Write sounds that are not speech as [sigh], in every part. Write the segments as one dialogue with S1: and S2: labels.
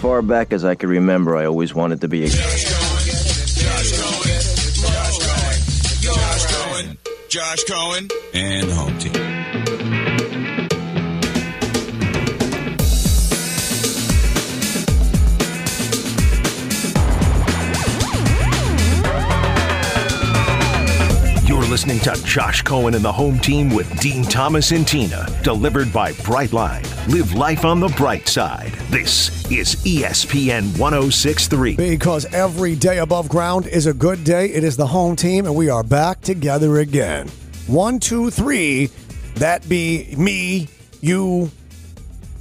S1: far back as I could remember, I always wanted to be a.
S2: Josh Cohen, Josh Cohen, and Home Team.
S3: You're listening to Josh Cohen and the home team with Dean Thomas and Tina, delivered by Brightline. Live life on the bright side. This is E ESPN 1063.
S4: Because every day above ground is a good day. It is the home team, and we are back together again. One, two, three. That be me, you,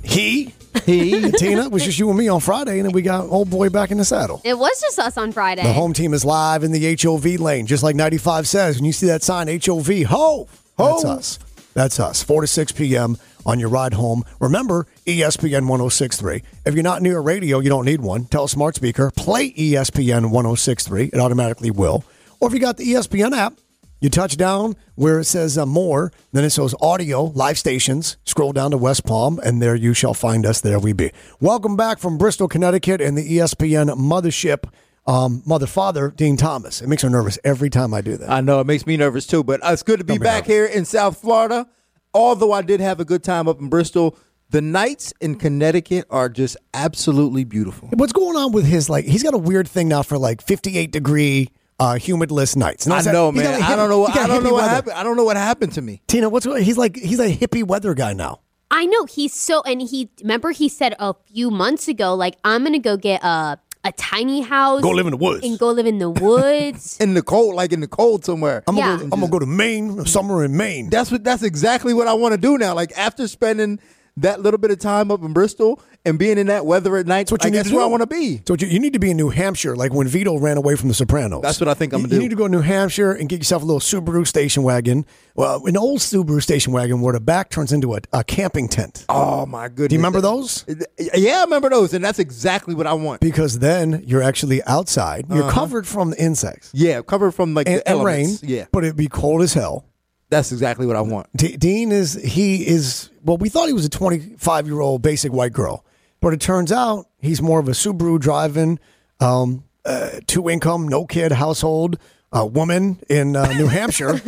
S4: he, he, Tina. It was just you and me on Friday, and then we got old boy back in the saddle.
S5: It was just us on Friday.
S4: The home team is live in the HOV lane, just like 95 says. When you see that sign, HOV, ho, ho. That's us. That's us. 4 to 6 p.m. on your ride home. Remember, E ESPN 1063. If you're not near a radio, you don't need one. Tell a smart speaker, play E ESPN 1063. It automatically will. Or if you got the E ESPN app, you touch down where it says uh, more, then it shows audio, live stations. Scroll down to West Palm, and there you shall find us. There we be. Welcome back from Bristol, Connecticut, and the E ESPN mothership, um, mother father, Dean Thomas. It makes her nervous every time I do that.
S6: I know it makes me nervous too, but uh, it's good to be back here in South Florida. Although I did have a good time up in Bristol, the nights in Connecticut are just absolutely beautiful.
S4: What's going on with his like? He's got a weird thing now for like 58 degree uh, humidless nights.
S6: I
S4: Notice that-
S6: know,
S4: he's got
S6: man.
S4: a
S6: I
S4: hippie-
S6: don't know.
S4: he's got
S6: I
S4: a
S6: don't know
S4: hippie
S6: what
S4: weather.
S6: happened. I don't know what happened to me.
S4: Tina, what's he's like? He's a hippie weather guy now.
S5: I know he's so, and he remember he said a few months ago, like I'm gonna go get a a tiny house,
S4: Go live in the woods.
S5: and go live in the woods.
S6: In the cold, like in the cold somewhere.
S4: I'm
S5: Yeah.
S4: gonna, go, I'm gonna go to Maine, somewhere in Maine.
S6: That's what. That's exactly what I want to do now. Like after spending that little bit of time up in Bristol and being in that weather at night,
S4: That's what you
S6: I
S4: need
S6: guess
S4: to do.
S6: where I want to be.
S4: So what you, you need to be in New Hampshire, like when Vito ran away from The Sopranos.
S6: That's what I think I'm
S4: You-
S6: gonna
S4: You
S6: do.
S4: need to go to New Hampshire and get yourself a little Subaru station wagon, well, an old Subaru station wagon where the back turns into a, a camping tent.
S6: Oh my goodness!
S4: Do you remember those?
S6: Yeah, I remember those, and that's exactly what I want.
S4: Because then you're actually outside. You're covered from the insects
S6: Yeah, covered from like
S4: and,
S6: Uh-huh. the
S4: and rain.
S6: elements. Yeah,
S4: but it'd be cold as hell.
S6: that's exactly what I want.
S4: D- Dean is he is well. We thought he was a 25 year old basic white girl, but it turns out he's more of a Subaru driving, um, uh, two income, no kid household uh, woman in uh, New Hampshire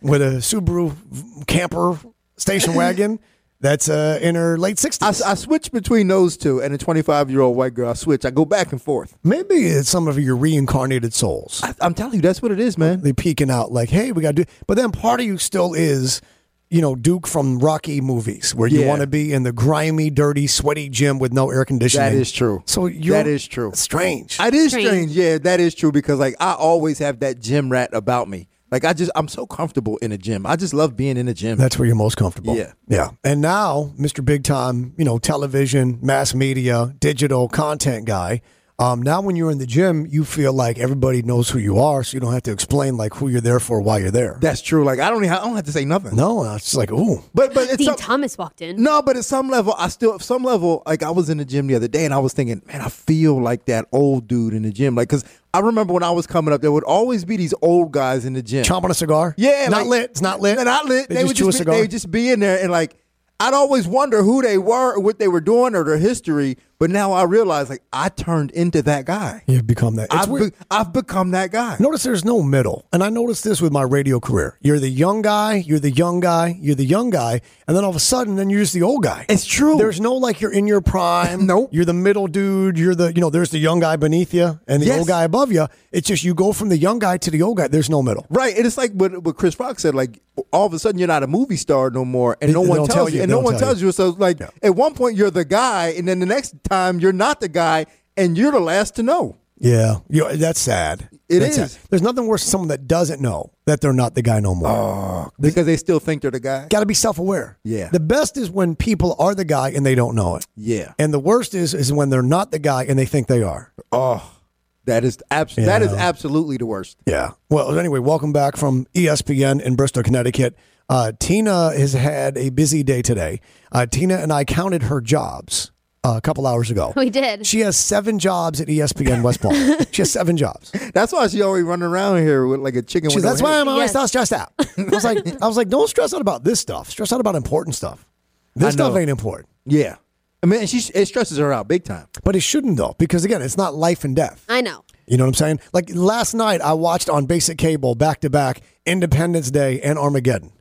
S4: with a Subaru v- camper station wagon that's uh, in her late
S6: I,
S4: 60s.
S6: s- I switch between those two and a 25 year old white girl. I switch. I go back and forth.
S4: Maybe it's some of your reincarnated souls.
S6: I, I'm telling you, that's what it is, man.
S4: They peeking out like, hey, we got to do. But then part of you still is, you know, Duke from Rocky movies, where you
S6: Yeah.
S4: want to be in the grimy, dirty, sweaty gym with no air conditioning.
S6: That is true.
S4: So you're,
S6: That is true.
S4: Strange.
S6: It is
S5: Strange.
S6: strange. Yeah, that is true because like I always have that gym rat about me. Like I just, I'm so comfortable in a gym. I just love being in a gym.
S4: That's where you're most comfortable.
S6: Yeah.
S4: yeah. And now, Mr. Big Time, you know, television, mass media, digital content guy. Um, now, when you're in the gym, you feel like everybody knows who you are, so you don't have to explain like who you're there for, why you're there.
S6: That's true. Like I don't, even- I don't have to say nothing.
S4: no, it's just like, ooh,
S6: But but [laughs] it's
S5: Dean
S6: some-
S5: Thomas walked in.
S6: no, but at some level, I still, at some level, like I was in the gym the other day and I was thinking, man, I feel like that old dude in the gym. Like, cause I remember when I was coming up, there would always be these old guys in the gym.
S4: chomping a cigar.
S6: Yeah,
S4: not
S6: like-
S4: lit. It's not lit.
S6: They're not lit.
S4: They,
S6: They,
S4: just
S6: would
S4: chew
S6: just
S4: a
S6: be,
S4: cigar.
S6: They would just be in there and like I'd always wonder who they were, or what they were doing, or their history. But now I realize like I turned into that guy.
S4: You've become that. It's
S6: I've,
S4: weird.
S6: be- I've become that guy.
S4: Notice there's no middle. And I noticed this with my radio career. You're the young guy, you're the young guy, you're the young guy, and then all of a sudden then you're just the old guy.
S6: It's true.
S4: There's no like you're in your prime.
S6: [laughs] Nope.
S4: You're the middle dude, you're the you know, there's the young guy beneath you and the
S6: Yes.
S4: old guy above you. It's just you go from the young guy to the old guy. There's no middle.
S6: Right, and it's like what, what Chris Rock said. Like all of a sudden, you're not a movie star no more, and
S4: They-
S6: no
S4: they
S6: one
S4: don't
S6: tells
S4: tell
S6: you,
S4: you,
S6: and
S4: they
S6: no
S4: don't
S6: one
S4: tell
S6: tells
S4: you.
S6: you. So like
S4: Yeah.
S6: at one point, you're the guy, and then the next time, you're not the guy, and you're the last to know.
S4: Yeah. You know, that's sad.
S6: It
S4: That's
S6: is.
S4: sad. There's nothing worse than someone that doesn't know that they're not the guy no more.
S6: Because they still think they're the guy.
S4: Got to be self aware.
S6: Oh. Yeah.
S4: The best is when people are the guy and they don't know it.
S6: Yeah.
S4: And the worst is is when they're not the guy and they think they are.
S6: That is abs- that is absolutely the worst.
S4: Yeah. Well, anyway, welcome back from E ESPN in Bristol, Connecticut. Uh, Tina has had a busy day today. Uh, Tina and I counted her jobs uh, a couple hours ago.
S5: We did.
S4: She has seven jobs at E ESPN West [laughs] Palm. she has seven jobs.
S6: That's why she always running around here with like a chicken.
S4: She's,
S6: with no
S4: that's why
S6: head.
S4: I'm always
S5: Yes.
S4: so stressed out. I was like, I was like, don't stress out about this stuff. Stress out about important stuff. This
S6: I know.
S4: stuff ain't important.
S6: Yeah. I mean, and she it stresses her out big time.
S4: But it shouldn't though, because again, it's not life and death.
S5: I know.
S4: You know what I'm saying? Like last night, I watched on basic cable back to back Independence Day and Armageddon.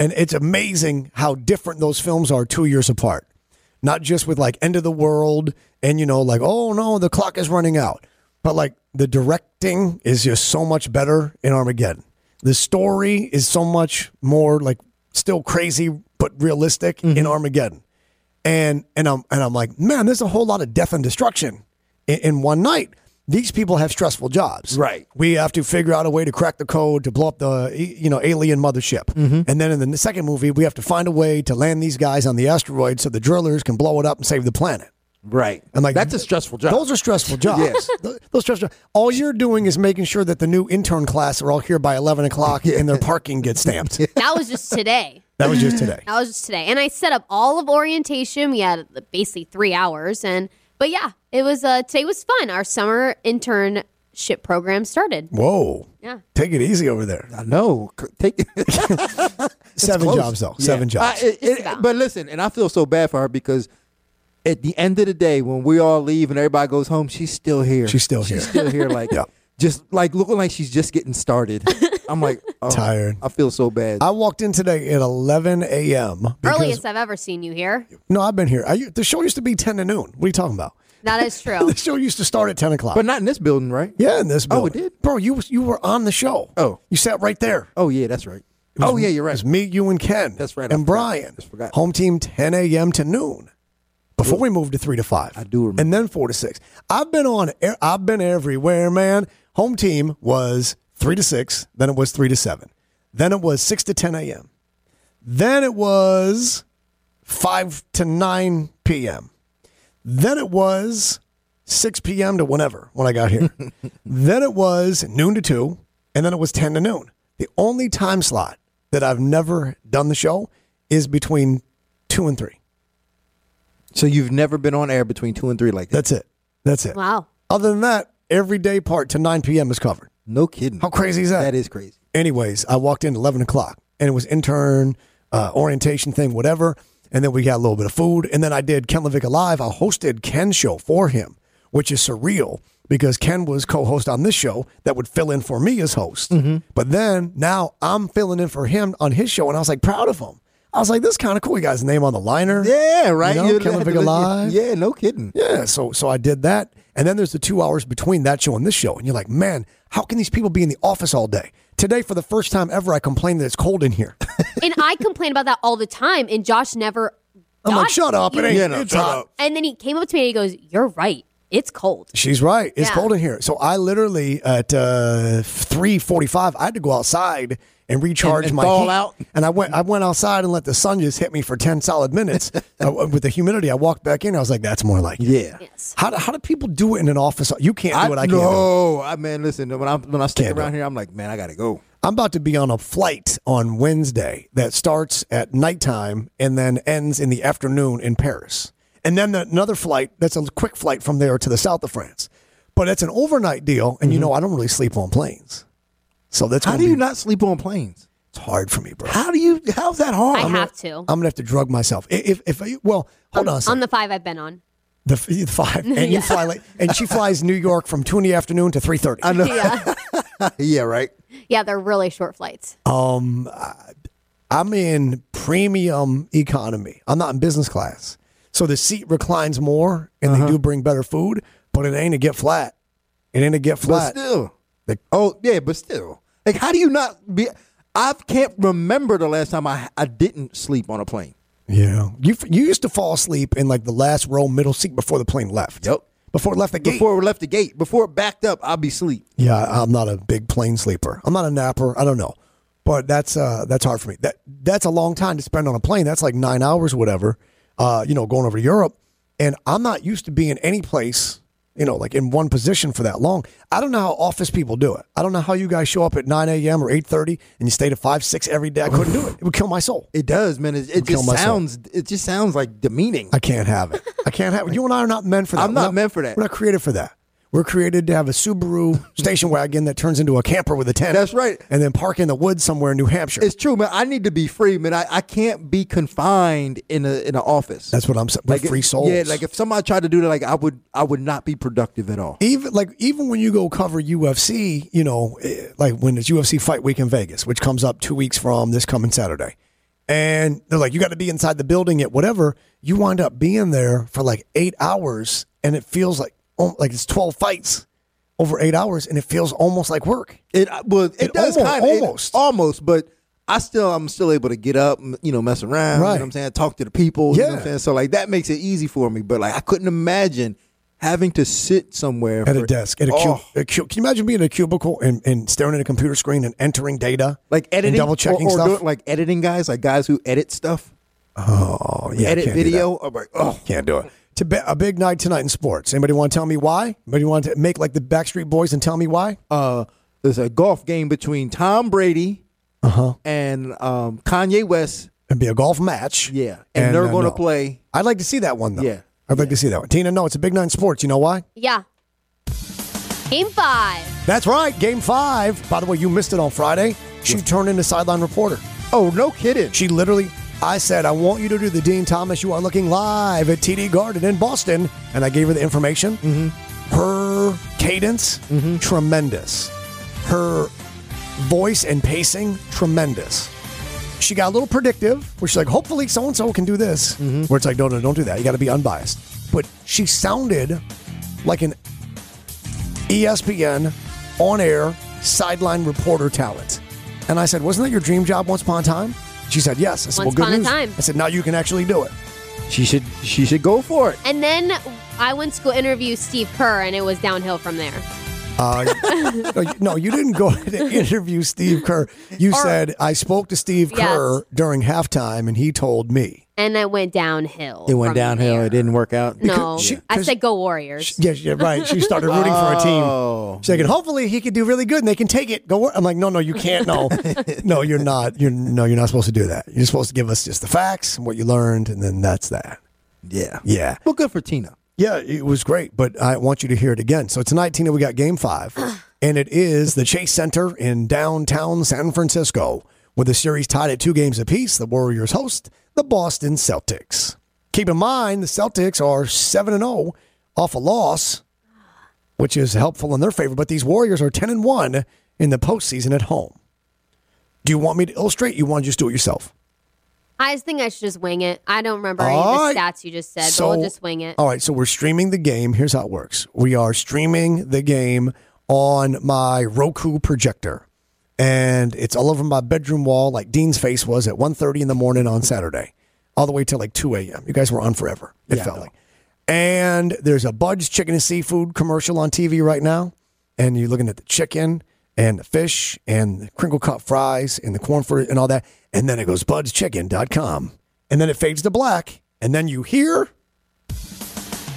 S4: And it's amazing how different those films are two years apart. Not just with like end of the world and, you know, like, oh no, the clock is running out. But like the directing is just so much better in Armageddon. The story is so much more like still crazy, but realistic in Armageddon and and I'm and I'm like, man, there's a whole lot of death and destruction in, in one night. These people have stressful jobs.
S6: Right.
S4: We have to figure out a way to crack the code to blow up the e, you know alien mothership,
S6: Mm-hmm.
S4: and then in the second movie, we have to find a way to land these guys on the asteroid so the drillers can blow it up and save the planet.
S6: Right.
S4: And like
S6: that's a stressful job.
S4: Those are stressful jobs.
S6: Yes.
S4: [laughs] Th- those stressful. All you're doing is making sure that the new intern class are all here by eleven
S6: [laughs]
S4: o'clock and their parking gets stamped.
S5: That was just today.
S4: That was just today.
S5: That was just today. And I set up all of orientation. We had basically three hours, and but yeah, it was. Uh, today was fun. Our summer internship program started.
S4: Whoa.
S5: Yeah.
S4: Take it easy over there.
S6: I know. C- Take
S4: Seven
S6: close.
S4: jobs though. Seven
S6: Yeah.
S4: jobs.
S6: I- it-
S5: Just
S6: it-
S5: about.
S6: but listen, and I feel so bad for her because at the end of the day, when we all leave and everybody goes home, she's still here.
S4: She's still here.
S6: She's still here. Like
S4: Yeah.
S6: just like looking like she's just getting started. I'm [laughs] like oh,
S4: Tired.
S6: I feel so bad.
S4: I walked in today at 11 a.m. because-
S5: Earliest I've ever seen you here.
S4: No, I've been here. I, the show used to be 10 to noon. What are you talking about?
S5: That is true.
S4: [laughs] The show used to start at 10 o'clock.
S6: but not in this building, right?
S4: yeah, in this
S6: Oh, it
S4: building.
S6: did?
S4: Bro, you you were on the show.
S6: Oh.
S4: You sat right there.
S6: Oh yeah, that's right. Oh yeah, you're
S4: It
S6: right.
S4: was me, you, and Ken.
S6: That's right, I
S4: And
S6: forgot.
S4: Brian.
S6: Just forgot.
S4: Home team 10 a.m. to noon. Before we moved to 3 to 5. I
S6: do remember.
S4: And then 4 to 6. I've been on, e- I've been everywhere, man. Home team was 3 to 6. Then it was 3 to 7. Then it was 6 to 10 a.m. Then it was 5 to 9 p.m. Then it was 6 p.m. to whenever when I got
S6: [laughs]
S4: here. then it was noon to 2, and then it was 10 to noon. The only time slot that I've never done the show is between 2 and 3.
S6: So you've never been on air between two and three like that.
S4: That's it. That's it.
S5: Wow.
S4: Other than that, every day part to 9 p.m. is covered.
S6: No kidding.
S4: How crazy is that?
S6: That is crazy.
S4: Anyways, I walked in at 11 o'clock and it was intern, uh, orientation thing, whatever. And then we got a little bit of food. And then I did Ken Levick Alive. I hosted Ken's show for him, which is surreal because Ken was co host on this show that would fill in for me as host. But then now I'm filling in for him on his show. And I was like, proud of him. I was like, this is kind of cool. You guys' name on the liner.
S6: Yeah, right.
S4: You know,
S6: You'd
S4: Ken
S6: have
S4: [laughs]
S6: to
S4: Levick
S6: look-
S4: Alive.
S6: Yeah, no kidding.
S4: Yeah, so so I did that, and then there's the two hours between that show and this show, and you're like, man, how can these people be in the office all day? Today, for the first time ever, I complained that it's cold in here.
S5: and I complain about that all the time. And Josh never.
S4: I'm like,
S5: dodged
S4: shut up, it
S5: you.
S4: ain't
S6: Yeah, no,
S4: it's
S6: shut
S4: hot.
S6: up.
S5: And then he came up to me and he goes, "You're right. It's cold."
S4: [laughs] She's right, it's
S5: Yeah.
S4: cold in here. So I literally at uh, three forty-five, I had to go outside and recharge
S6: And- and
S4: my
S6: thaw
S4: heat.
S6: out.
S4: and I went I went outside and let the sun just hit me for ten solid [laughs] minutes Uh, with the humidity. I walked back in, I was like, that's more like it.
S6: Yeah.
S5: Yes.
S4: How do, how do people do it in an office? You can't do it. I can't. do it.
S6: no, I man, listen. When I when I stick
S4: Can't do
S6: around
S4: it.
S6: here, I'm like, man, I gotta go.
S4: I'm about to be on a flight on Wednesday that starts at nighttime and then ends in the afternoon in Paris. And then the, another flight that's a quick flight from there to the south of France. But it's an overnight deal. And you know, I don't really sleep on planes. So that's
S6: Mm-hmm. How
S4: gonna
S6: do you
S4: be-
S6: not sleep on planes?
S4: It's hard for me, bro.
S6: How do you? How's that hard?
S5: I
S6: I'm
S5: have
S6: like,
S5: to.
S4: I'm going to have to drug myself. I- If, if, I well, hold on a
S5: on
S4: second.
S5: the five I've been
S4: [laughs]
S5: on.
S4: The, f- the
S6: [laughs]
S4: five. And you fly late. And she flies New York from 2 in the afternoon to 3.30.
S6: I know.
S5: Yeah,
S6: [laughs] yeah, right.
S5: yeah, they're really short flights.
S4: I'm in premium economy. I'm not in business class. So the seat reclines more and they
S6: Uh-huh.
S4: do bring better food, but it ain't a get flat. It ain't a get
S6: But
S4: flat.
S6: still,
S4: Like-
S6: oh yeah, but still, like, how do you not be? I can't remember the last time I I didn't sleep on a plane.
S4: yeah. You you used to fall asleep in like the last row middle seat before the plane left.
S6: Yep.
S4: Before it left the gate.
S6: Before we left the gate, before it backed up, I'll be asleep.
S4: yeah, I'm not a big plane sleeper. I'm not a napper. I don't know. But that's uh that's hard for me. That that's a long time to spend on a plane. That's like 9 hours or whatever. Uh you know, going over to Europe and I'm not used to being any place you know, like in one position for that long. I don't know how office people do it. I don't know how you guys show up at 9 a.m. or 8.30 and you stay to 5, 6 every day. I couldn't do it. It would kill my soul.
S6: It does, man. It, it
S4: kill
S6: just
S4: myself.
S6: sounds. It just sounds like demeaning.
S4: I can't have it. I can't have it. You and I are not meant for that.
S6: I'm
S4: We're
S6: not meant for that.
S4: We're not created for that. We're created to have a Subaru station wagon that turns into a camper with a tent.
S6: That's right.
S4: And then park in the woods somewhere in New Hampshire.
S6: It's true, man. I need to be free, man. I, I can't be confined in a in an office.
S4: That's what I'm saying. We're
S6: if-
S4: free souls.
S6: Yeah, like if somebody tried to do that, like I would I would not be productive at all.
S4: even like even when you go cover UFC, you know, eh, like when it's UFC Fight Week in Vegas, which comes up two weeks from this coming Saturday, and they're like, you got to be inside the building at whatever. You wind up being there for like eight hours, and it feels like oh, like it's twelve fights over eight hours, and it feels almost like work.
S6: It well, it,
S4: It
S6: does
S4: almost-
S6: kind of
S4: almost.
S6: almost, but I still I'm still able to get up, m- you know, mess around. You know
S4: Right.
S6: what I'm saying? Talk to the people. You know what
S4: Yeah.
S6: I'm saying? So like that makes it easy for me. But like I couldn't imagine having to sit somewhere
S4: At a
S6: for-
S4: desk, at a,
S6: Oh,
S4: cu- a cu- Can you imagine being in a cubicle and, and staring at a computer screen and entering data,
S6: like
S4: and
S6: editing,
S4: double checking
S6: or, or
S4: stuff?
S6: doing, like editing guys, like guys who edit stuff,
S4: oh, yeah, I
S6: edit
S4: can't do that.
S6: video. I'm like, oh,
S4: Can't do it. To be- a big night tonight in sports. Anybody want to tell me why? Anybody want to make like the Backstreet Boys and tell me why?
S6: uh, there's a golf game between Tom Brady Uh-huh. and um, Kanye West.
S4: It'd be a golf match.
S6: Yeah, and, they're
S4: uh,
S6: going to
S4: no.
S6: play.
S4: I'd like to see that one though.
S6: Yeah.
S4: I'd like to see that one. Tina, no, it's a big night in sports. You know why?
S5: Yeah. Game five.
S4: That's right. Game five. By the way, you missed it on Friday. She turned into sideline reporter.
S6: Oh, no kidding!
S4: She literally, I said, I want you to do the Dean Thomas. You are looking live at TD Garden in Boston. And I gave her the information. Her cadence,
S5: Mm-hmm.
S4: tremendous. Her voice and pacing, tremendous. She got a little predictive, where she's like, hopefully so and so can do this.
S5: Mm-hmm.
S4: Where it's like, no, no, don't do that. You got to be unbiased. But she sounded like an E ESPN on air sideline reporter talent. And I said, Wasn't that your dream job once upon a time? She said, Yes. I said,
S5: Once
S4: Well, good
S5: upon a
S4: news.
S5: time.
S4: I said, Now you can actually do it.
S6: She should she should go for it.
S5: And then I went to go interview Steve Kerr, and it was downhill from there.
S4: Uh, No, you- no, you didn't go [laughs] to interview Steve Kerr. You said, I spoke to Steve
S5: Yes.
S4: Kerr during halftime and he told me.
S5: And it went downhill.
S6: It went
S5: from
S6: downhill.
S5: there.
S6: It didn't work out.
S5: No,
S4: she-
S5: I
S4: 'cause-
S5: said go Warriors.
S4: Yeah, yeah, right. She started rooting for a team. She's thinking, hopefully he could do really good and they can take it. Go. wor-" I'm like, no, no, you can't. No, no, you're not. You're no, you're not supposed to do that. You're supposed to give us just the facts and what you learned, and then that's that.
S6: Yeah.
S4: Yeah.
S6: Well, good for Tina.
S4: Yeah, it was great, but I want you to hear it again. So tonight, Tina, we got game five, and it is the Chase Center in downtown San Francisco, with the series tied at two games apiece. The Warriors host the Boston Celtics. Keep in mind, the Celtics are 7 and 0 off a loss, which is helpful in their favor, but these Warriors are 10 and 1 in the postseason at home. Do you want me to illustrate? You want to just do it yourself?
S5: I just think I should just wing it. I don't remember any
S4: All
S5: of
S4: right.
S5: the stats you just said, but we'll just wing it.
S4: All right, so we're streaming the game. Here's how it works. We are streaming the game on my Roku projector. And it's all over my bedroom wall, like Dean's face was at 1.30 in the morning on Saturday, all the way till like 2 a.m. You guys were on forever, it felt like. And there's a Bud's Chicken and Seafood commercial on TV right now. And you're looking at the chicken and the fish and the crinkle cut fries and the corn fruit and all that. And then it goes budschicken.com. And then it fades to black. And then you hear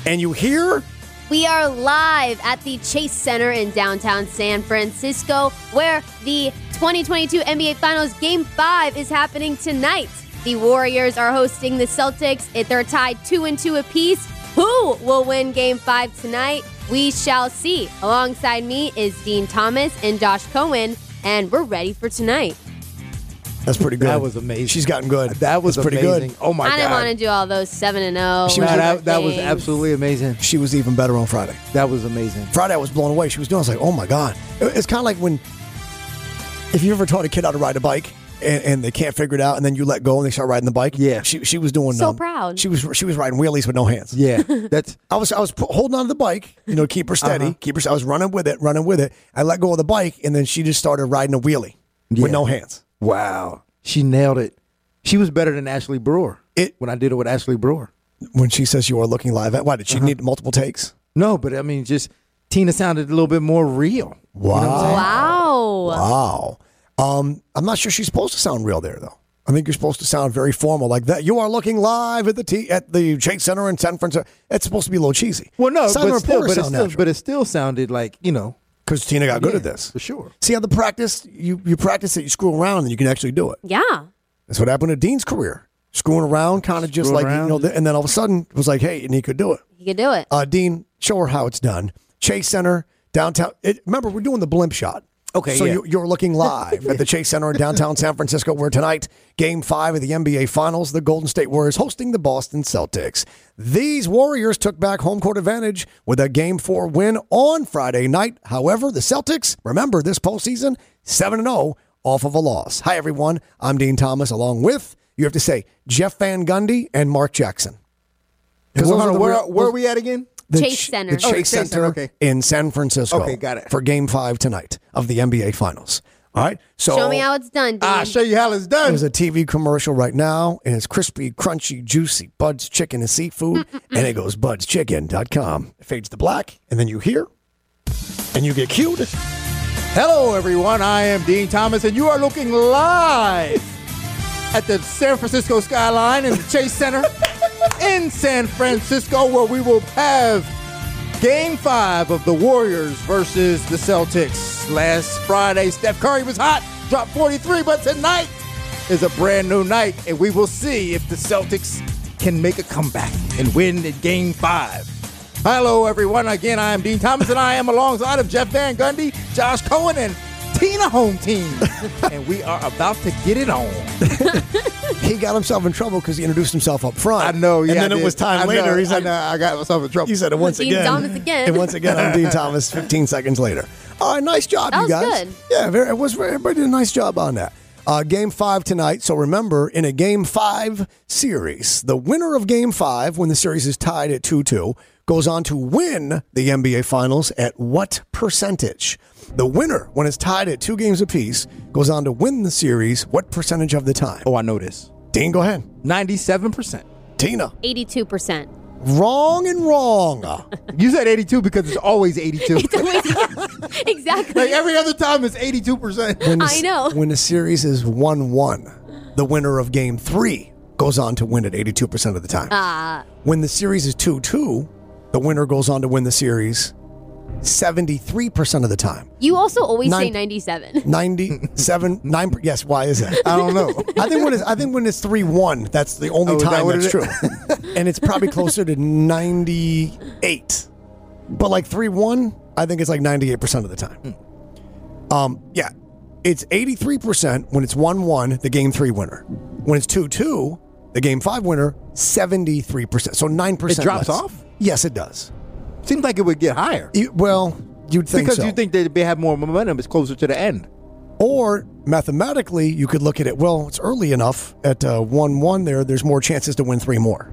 S4: and you hear
S5: We are live at the Chase Center in downtown San Francisco, where the 2022 NBA Finals Game 5 is happening tonight. The Warriors are hosting the Celtics. If They're tied 2 and 2 apiece. Who will win Game 5 tonight? We shall see. Alongside me is Dean Thomas and Josh Cohen, and we're ready for tonight.
S4: that's pretty good.
S6: That was amazing.
S4: She's gotten good.
S6: That was
S4: That's pretty
S6: amazing.
S4: good.
S6: Oh my
S5: I didn't
S6: god.
S5: want to do all those 7 and oh. 0.
S4: She was-
S6: Nah, that, that was
S5: things.
S6: absolutely amazing.
S4: She was even better on Friday.
S6: That was amazing.
S4: Friday I was blown away. She was doing. I was like, oh my god. It- It's kind of like when if you ever taught a kid how to ride a bike and, and they can't figure it out, and then you let go and they start riding the bike.
S6: Yeah.
S4: she she was doing um,
S5: So proud.
S4: She was she was riding wheelies with no hands.
S5: [laughs]
S6: Yeah. That's
S4: I was I was pu- holding on to the bike, you know, keep her
S6: Uh-huh.
S4: steady, keep her. I was running with it, running with it. I let go of the bike, and then she just started riding a wheelie
S6: Yeah.
S4: with no hands.
S6: wow. She nailed it. She was better than Ashley Brewer.
S4: It-
S6: when I did it with Ashley Brewer.
S4: When she says you are looking live, at why did she
S6: Uh-huh.
S4: need multiple takes?
S6: No, but I mean, just Tina sounded a little bit more real.
S4: Wow.
S5: Wow.
S4: Wow. Um, I'm not sure she's supposed to sound real there, though. I think you're supposed to sound very formal like that. You are looking live at the T at the Chase Center in San Francisco. That's supposed to be a little cheesy.
S6: Well, no,
S4: Silent
S6: but still, but it still,
S4: sound
S6: but it still sounded like you know.
S4: because Tina got good
S6: yeah,
S4: at this
S6: for sure.
S4: See how the practice you you practice it, you screw around, and you can actually do it.
S5: Yeah.
S4: That's what happened to Dean's career, screwing around, kind of just
S6: Screwing
S4: like you
S6: around.
S4: know, th- and then all of a sudden it was like, hey, and he could do it.
S5: You can do it.
S4: Uh, Dean, show her how it's done. Chase Center, downtown. It, remember, we're doing the blimp shot.
S6: Okay,
S4: So
S6: yeah.
S4: you, you're looking live at the Chase Center in downtown San Francisco, where tonight, game five of the NBA Finals, the Golden State Warriors hosting the Boston Celtics. These Warriors took back home court advantage with a game four win on Friday night. However, the Celtics, remember this postseason, 7 0 off of a loss. Hi, everyone. I'm Dean Thomas, along with, you have to say, Jeff Van Gundy and Mark Jackson. 'Cause
S6: Hold
S4: those are
S6: on,
S4: the
S6: where,
S4: real-
S6: where are we at again?
S4: the
S5: Chase
S4: Ch-
S5: Center.
S4: The
S5: Oh,
S4: Chase
S5: the
S6: Chase Center,
S4: Center,
S6: okay.
S4: in San Francisco.
S6: Okay, got it.
S4: For game five tonight of the NBA Finals. All right. So Ah,
S5: Show me how it's done, Dean.
S6: I'll show you how it's done.
S4: there's a TV commercial right now, and it's crispy, crunchy, juicy Bud's chicken and seafood, and it goes budschicken.com. It fades to black, and then you hear, and you get cued.
S6: Hello, everyone. I am Dean Thomas, and you are looking live at the San Francisco skyline in the
S4: [laughs]
S6: Chase Center in San Francisco, where we will have Game Five of the Warriors versus the Celtics. Last Friday, Steph Curry was hot, dropped 43, but tonight is a brand new night, and we will see if the Celtics can make a comeback and win in Game Five. Hello, everyone. Again, I am Dean Thomas, and I am alongside of Jeff Van Gundy, Josh Cohen, and Tina
S4: [laughs]
S6: Home Team, and we are about to get it on.
S4: He got himself in trouble because he introduced himself up front.
S6: I know, yeah.
S4: And then
S6: I
S4: it
S6: did.
S4: was time
S6: I
S4: later.
S6: Know,
S4: He's
S6: I
S4: like,
S6: know, I got myself in trouble.
S4: You said it once
S5: Dean
S4: again.
S5: Thomas again.
S4: And once again,
S5: [laughs]
S4: I'm Dean Thomas. 15 seconds later. All right, nice job,
S5: That
S4: you
S5: was
S4: guys.
S5: good.
S4: Yeah, very, it was. Everybody did a nice job on that. Uh, game five tonight. So remember, in a game five series, the winner of game five, when the series is tied at 2 2, goes on to win the NBA Finals at what percentage? The winner, when it's tied at two games apiece, goes on to win the series what percentage of the time?
S6: oh, I know this.
S4: Dean, go ahead.
S6: Ninety-seven percent.
S4: Tina.
S5: 82%.
S4: Wrong and wrong.
S6: You said eighty-two because it's always eighty-two.
S5: [laughs] exactly.
S6: [laughs] like every other time, it's eighty-two percent.
S4: when the-
S5: I know.
S4: When the series is 1 1, the winner of game three goes on to win it 82% of the time.
S5: Ah.
S4: When the series is 2 2, the winner goes on to win the series 73% of the time.
S5: you also always say
S4: Nine-
S5: 97.
S4: 97, [laughs] 9 per- Yes, why is that?
S6: I don't know.
S4: [laughs] I think when it's I think when it's three one, that's the only
S6: Oh, is that
S4: time
S6: what
S4: that's
S6: it
S4: true,
S6: [laughs]
S4: and it's probably closer to ninety eight. But like three one, I think it's like ninety eight percent of the time.
S6: Hmm.
S4: Um, yeah, it's eighty three percent when it's one one, the game three winner. When it's two two, the game five winner, seventy three percent. So nine percent
S6: It drops off?
S4: Yes, it does.
S6: [laughs] Seems like it would get higher
S4: You- well, you'd think
S6: because
S4: so.
S6: you think they'd be- have more momentum. It's closer to the end.
S4: Or mathematically, you could look at it. Well, it's early enough at uh, one one. There, there's more chances to win three more.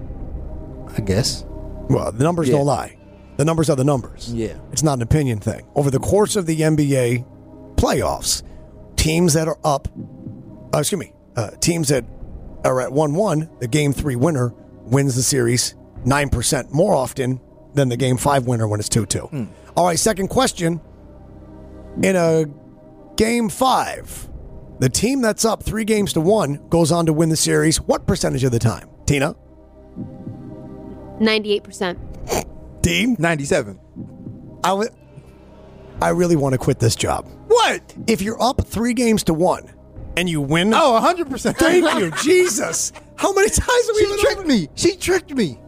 S6: I guess.
S4: Well, the numbers
S6: Yeah.
S4: don't lie. The numbers are the numbers.
S6: Yeah.
S4: It's not an opinion thing. Over the course of the NBA playoffs, teams that are up, uh, excuse me, uh, teams that are at 1 1, the game three winner wins the series 9% more often than the game five winner when it's 2 2. All right, second question. In a game five, the team that's up three games to one goes on to win the series what percentage of the time? Tina?
S5: [laughs] 98%.
S4: Dean?
S6: Ninety-seven.
S4: I would. I really want to quit this job.
S6: What?
S4: If you're up three games to one and you win, [laughs]
S6: Oh, hundred percent.
S4: thank you, Jesus! How many times have we
S6: [laughs] She
S4: been
S6: tricked
S4: over-
S6: me. She tricked me.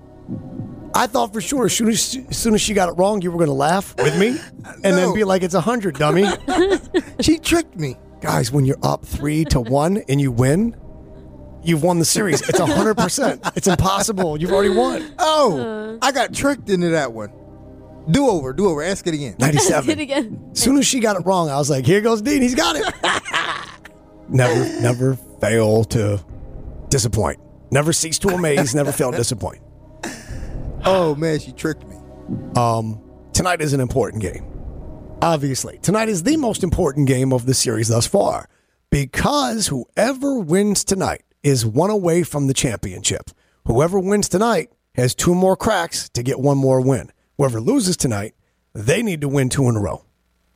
S4: I thought for sure as soon as, as soon as she got it wrong, you were going to laugh with me
S6: [laughs]
S4: and then
S6: No.
S4: be like, "It's a hundred, dummy." [laughs]
S6: She tricked me.
S4: Guys, when you're up three to one and you win, you've won the series. It's a hundred
S6: [laughs]
S4: percent. It's impossible. You've already won.
S6: Oh, I got tricked into that one. Do over, do over. Ask it again.
S5: Did it
S4: Ninety-seven.
S5: again.
S4: As soon as she got it wrong, I was like, "Here goes Dean. He's got
S6: [laughs]
S4: it." never, never fail to disappoint. Never cease to amaze. Never fail to disappoint.
S6: Oh man, she tricked me.
S4: Tonight is an important game. Obviously, tonight is the most important game of the series thus far because whoever wins tonight is one away from the championship. Whoever wins tonight has two more cracks to get one more win. Whoever loses tonight, they need to win two in a row.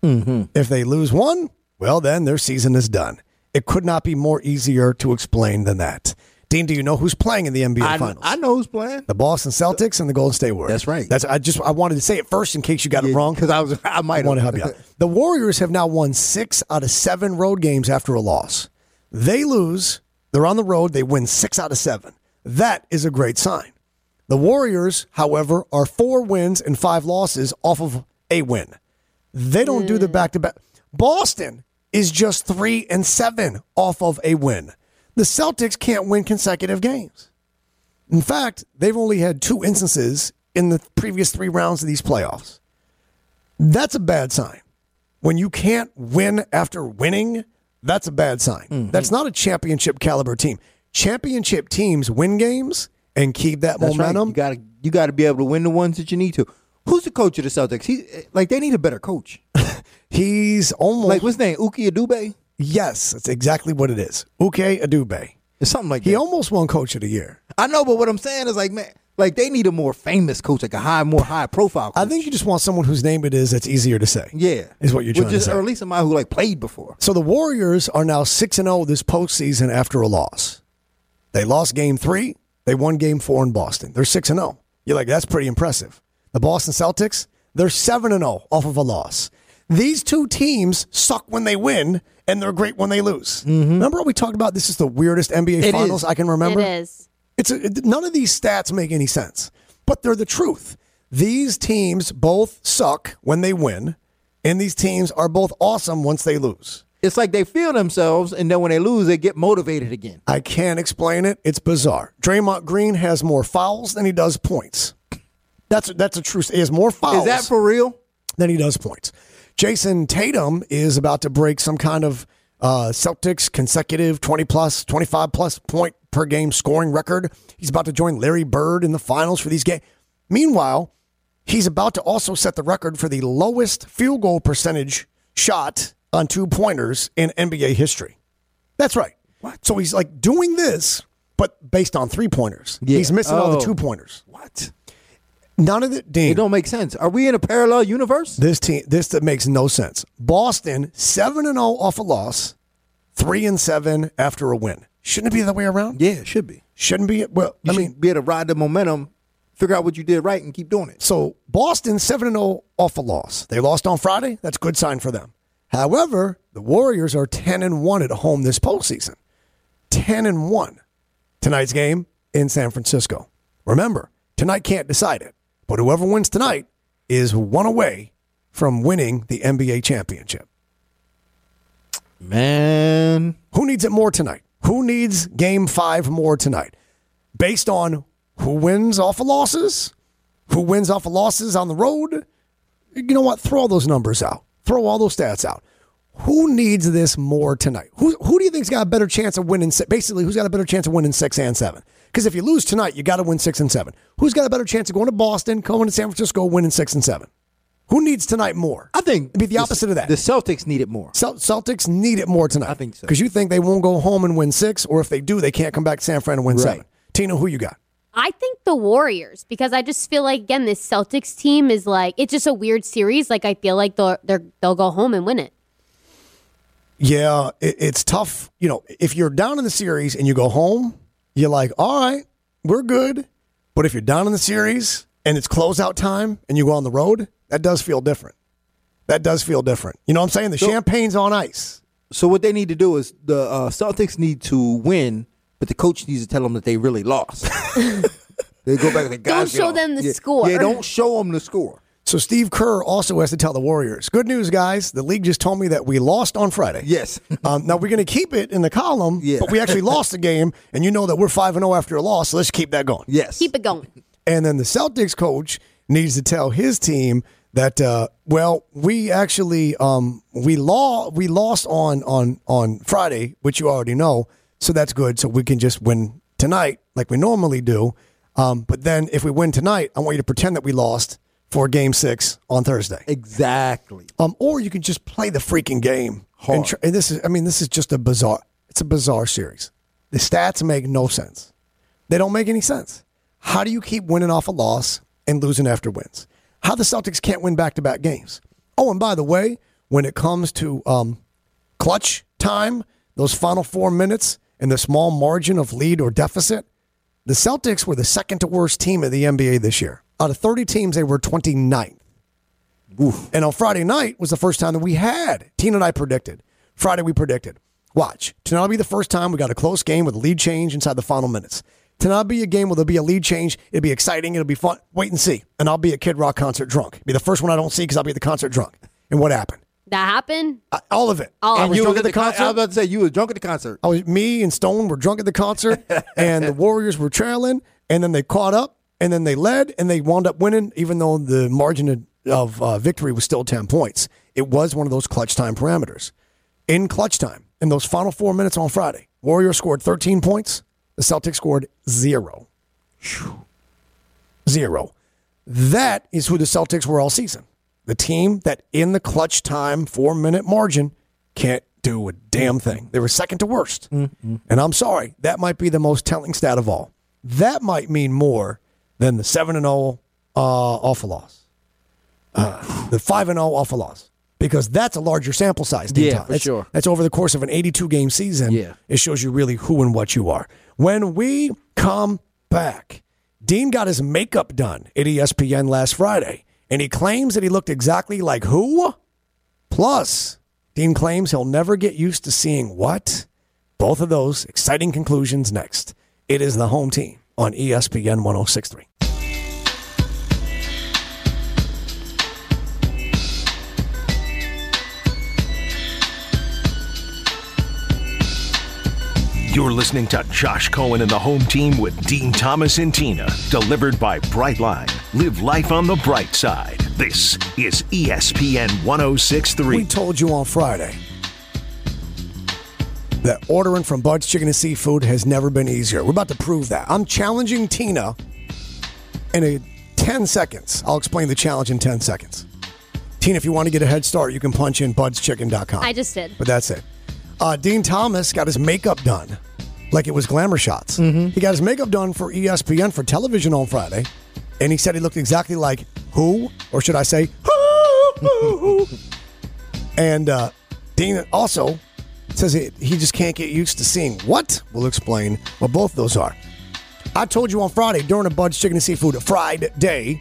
S6: Mm-hmm.
S4: If they lose one, well, then their season is done. It could not be more easier to explain than that. Dean, do you know who's playing in the NBA
S6: I,
S4: Finals?
S6: I know who's playing.
S4: the Boston Celtics and the Golden State Warriors.
S6: That's right.
S4: That's I just I wanted to say it first in case you got it wrong
S6: because I was. I might
S4: want to
S6: have.
S4: help you
S6: [laughs]
S4: out. The Warriors have now won six out of seven road games after a loss. They lose, they're on the road, they win six out of seven. That is a great sign. The Warriors, however, are four wins and five losses off of a win. They don't do the back to back. Boston is just three and seven off of a win. The Celtics can't win consecutive games. In fact, they've only had two instances in the previous three rounds of these playoffs. That's a bad sign. When you can't win after winning, that's a bad sign.
S6: Mm-hmm.
S4: That's not a championship caliber team. Championship teams win games and keep that
S6: That's right.
S4: momentum.
S6: You gotta you gotta be able to win the ones that you need to. Who's the coach of the Celtics? He like they need a better coach.
S4: [laughs] He's almost
S6: Like what's his name? Uki Adube?
S4: yes, that's exactly what it is. Uke Adube.
S6: It's something like
S4: He
S6: that.
S4: almost won Coach of the Year.
S6: I know, but what I'm saying is like man, like they need a more famous coach, like a high, more high profile. Coach.
S4: I think you just want someone whose name it is that's easier to say.
S6: yeah,
S4: is what you're
S6: Well,
S4: trying
S6: just,
S4: to say.
S6: or at least somebody who like played before.
S4: So the Warriors are now 6 and 0 this postseason after a loss. They lost game 3, they won game 4 in Boston. They're 6 and 0. You're like that's pretty impressive. The Boston Celtics, they're 7 and 0 off of a loss. These two teams suck when they win and they're great when they lose. Remember what we talked about this is the weirdest NBA
S6: It
S4: finals
S6: is.
S4: I can remember?
S5: It is.
S4: It's a, it- none of these stats make any sense, but they're the truth. These teams both suck when they win, and these teams are both awesome once they lose.
S6: It's like they feel themselves, and then when they lose, they get motivated again.
S4: I can't explain it. It's bizarre. Draymond Green has more fouls than he does points. That's that's a true. He has more fouls
S6: Is that for real?
S4: than he does points. Jason Tatum is about to break some kind of uh, Celtics consecutive 20 plus, 25 plus point per game scoring record. He's about to join Larry Bird in the finals for these games. Meanwhile, he's about to also set the record for the lowest field goal percentage shot on two pointers in NBA history. That's right. So he's like doing this, but based on three pointers.
S6: Yeah.
S4: He's missing all
S6: Oh.
S4: the two pointers.
S6: What?
S4: None of the Dean.
S6: It don't make sense. Are we in a parallel universe?
S4: This team, this that makes no sense. Boston seven and zero off a loss, three and seven after a win. Shouldn't it be the way around?
S6: Yeah, it should be.
S4: Shouldn't be. Well,
S6: You
S4: I
S6: should
S4: mean,
S6: be able to ride the momentum, figure out what you did right, and keep doing it.
S4: so Boston seven and zero off a loss. They lost on Friday. That's a good sign for them. However, the Warriors are ten and one at home this postseason. Ten and one. Tonight's game in San Francisco. Remember, tonight can't decide it, but whoever wins tonight is one away from winning the NBA championship.
S6: Man,
S4: Who needs it more tonight? Who needs game five more tonight? Based on who wins off of losses, who wins off of losses on the road. You know what? Throw all those numbers out. Throw all those stats out. Who needs this more tonight? Who, who do you think's got a better chance of winning? si- Basically, who's got a better chance of winning six and seven? Because if you lose tonight, you got to win six and seven. Who's got a better chance of going to Boston, going to San Francisco, winning six and seven? Who needs tonight more?
S6: I think
S4: it'd be the opposite of that.
S6: The Celtics need it more.
S4: Cel- Celtics need it more tonight.
S6: I think so.
S4: Because you think they won't go home and win six, or if they do, they can't come back to San Fran and win
S6: Right.
S4: seven. Tina, who you got?
S5: I think the Warriors because I just feel like again this Celtics team is like it's just a weird series. Like I feel like they'll they're, they'll go home and win it.
S4: Yeah, it, it's tough. You know, if you're down in the series and you go home, you're like, all right, we're good. But if you're down in the series and it's closeout time and you go on the road, that does feel different. That does feel different. You know what I'm saying? The champagne's on ice.
S6: So what they need to do is the uh, Celtics need to win, but the coach needs to tell them that they
S4: [laughs]
S6: really lost. they go back.
S5: Don't
S6: and guys,
S5: show
S6: y'all-
S5: them the
S6: yeah,
S5: score.
S6: Yeah, don't show them the score.
S4: So Steve Kerr also has to tell the Warriors, good news, guys. The league just told me that we lost on Friday.
S6: Yes. [laughs]
S4: Um, now we're going to keep it in the column,
S6: Yeah.
S4: but we actually lost the game, and you know that we're five and zero after a loss, so let's keep that going.
S6: Yes.
S5: Keep it going.
S4: And then the Celtics coach needs to tell his team that, uh, well, we actually um, we law we lost on on on Friday, which you already know, so that's good. So we can just win tonight like we normally do. Um, but then if we win tonight, I want you to pretend that we lost for Game Six on Thursday.
S6: Exactly.
S4: Um, or you can just play the freaking game. And, tr- and this is, I mean, this is just a bizarre. It's a bizarre series. The stats make no sense. They don't make any sense. How do you keep winning off a loss and losing after wins? How the Celtics can't win back to back games? Oh, and by the way, when it comes to um, clutch time, those final four minutes and the small margin of lead or deficit, the Celtics were the second to worst team of the NBA this year. Out of 30 teams, they were 29th. And on Friday night was the first time that we had. Tina and I predicted. Friday we predicted. Watch. Tonight will be the first time we got a close game with a lead change inside the final minutes. Tonight be a game where there'll be a lead change. It'll be exciting. It'll be fun. Wait and see. And I'll be at Kid Rock concert drunk. Be the first one I don't see because I'll be at the concert drunk. And what happened?
S5: That happened?
S4: I, all of it.
S5: All
S4: I
S5: of
S4: was
S5: it.
S6: You
S4: drunk
S6: was at the concert. I was about to say you was drunk at the concert.
S4: I was Oh, me and Stone were drunk at the concert, and the Warriors were trailing, and then they caught up, and then they led, and they wound up winning, even though the margin of, of uh, victory was still ten points. It was one of those clutch time parameters. In clutch time, in those final four minutes on Friday, Warriors scored thirteen points. The Celtics scored zero. Phew. Zero. That is who the Celtics were all season. The team that in the clutch time, four minute margin, can't do a damn thing. They were second to worst.
S6: Mm-hmm.
S4: And I'm sorry, that might be the most telling stat of all. That might mean more than the 7 and 0 uh, off a loss, uh, the 5 and 0 off a loss, because that's a larger sample size. Dean
S6: Yeah,
S4: Tom.
S6: for
S4: That's-
S6: sure.
S4: that's over the course of an 82 game season.
S6: Yeah.
S4: It shows you really who and what you are. When we come back, Dean got his makeup done at E ESPN last Friday, and he claims that he looked exactly like who? Plus, Dean claims he'll never get used to seeing what? Both of those exciting conclusions next. It is the home team on E ESPN 1063.
S3: You're listening to Josh Cohen and the home team with Dean Thomas and Tina, delivered by Brightline. Live life on the bright side. This is E ESPN
S4: We
S3: 1063.
S4: told you on Friday that ordering from Bud's Chicken and Seafood has never been easier. We're about to prove that. I'm challenging Tina in a 10 seconds. I'll explain the challenge in 10 seconds. Tina, if you want to get a head start, you can punch in budschicken.com.
S5: I just did.
S4: But that's it. Uh, Dean Thomas got his makeup done like it was glamour shots. He got his makeup done for E ESPN for television on Friday, and he said he looked exactly like who, or should I say, [laughs] who? and uh, Dean also says he, he just can't get used to seeing what. We'll explain what both those are. I told you on Friday during a Bud's Chicken and Seafood Fried Day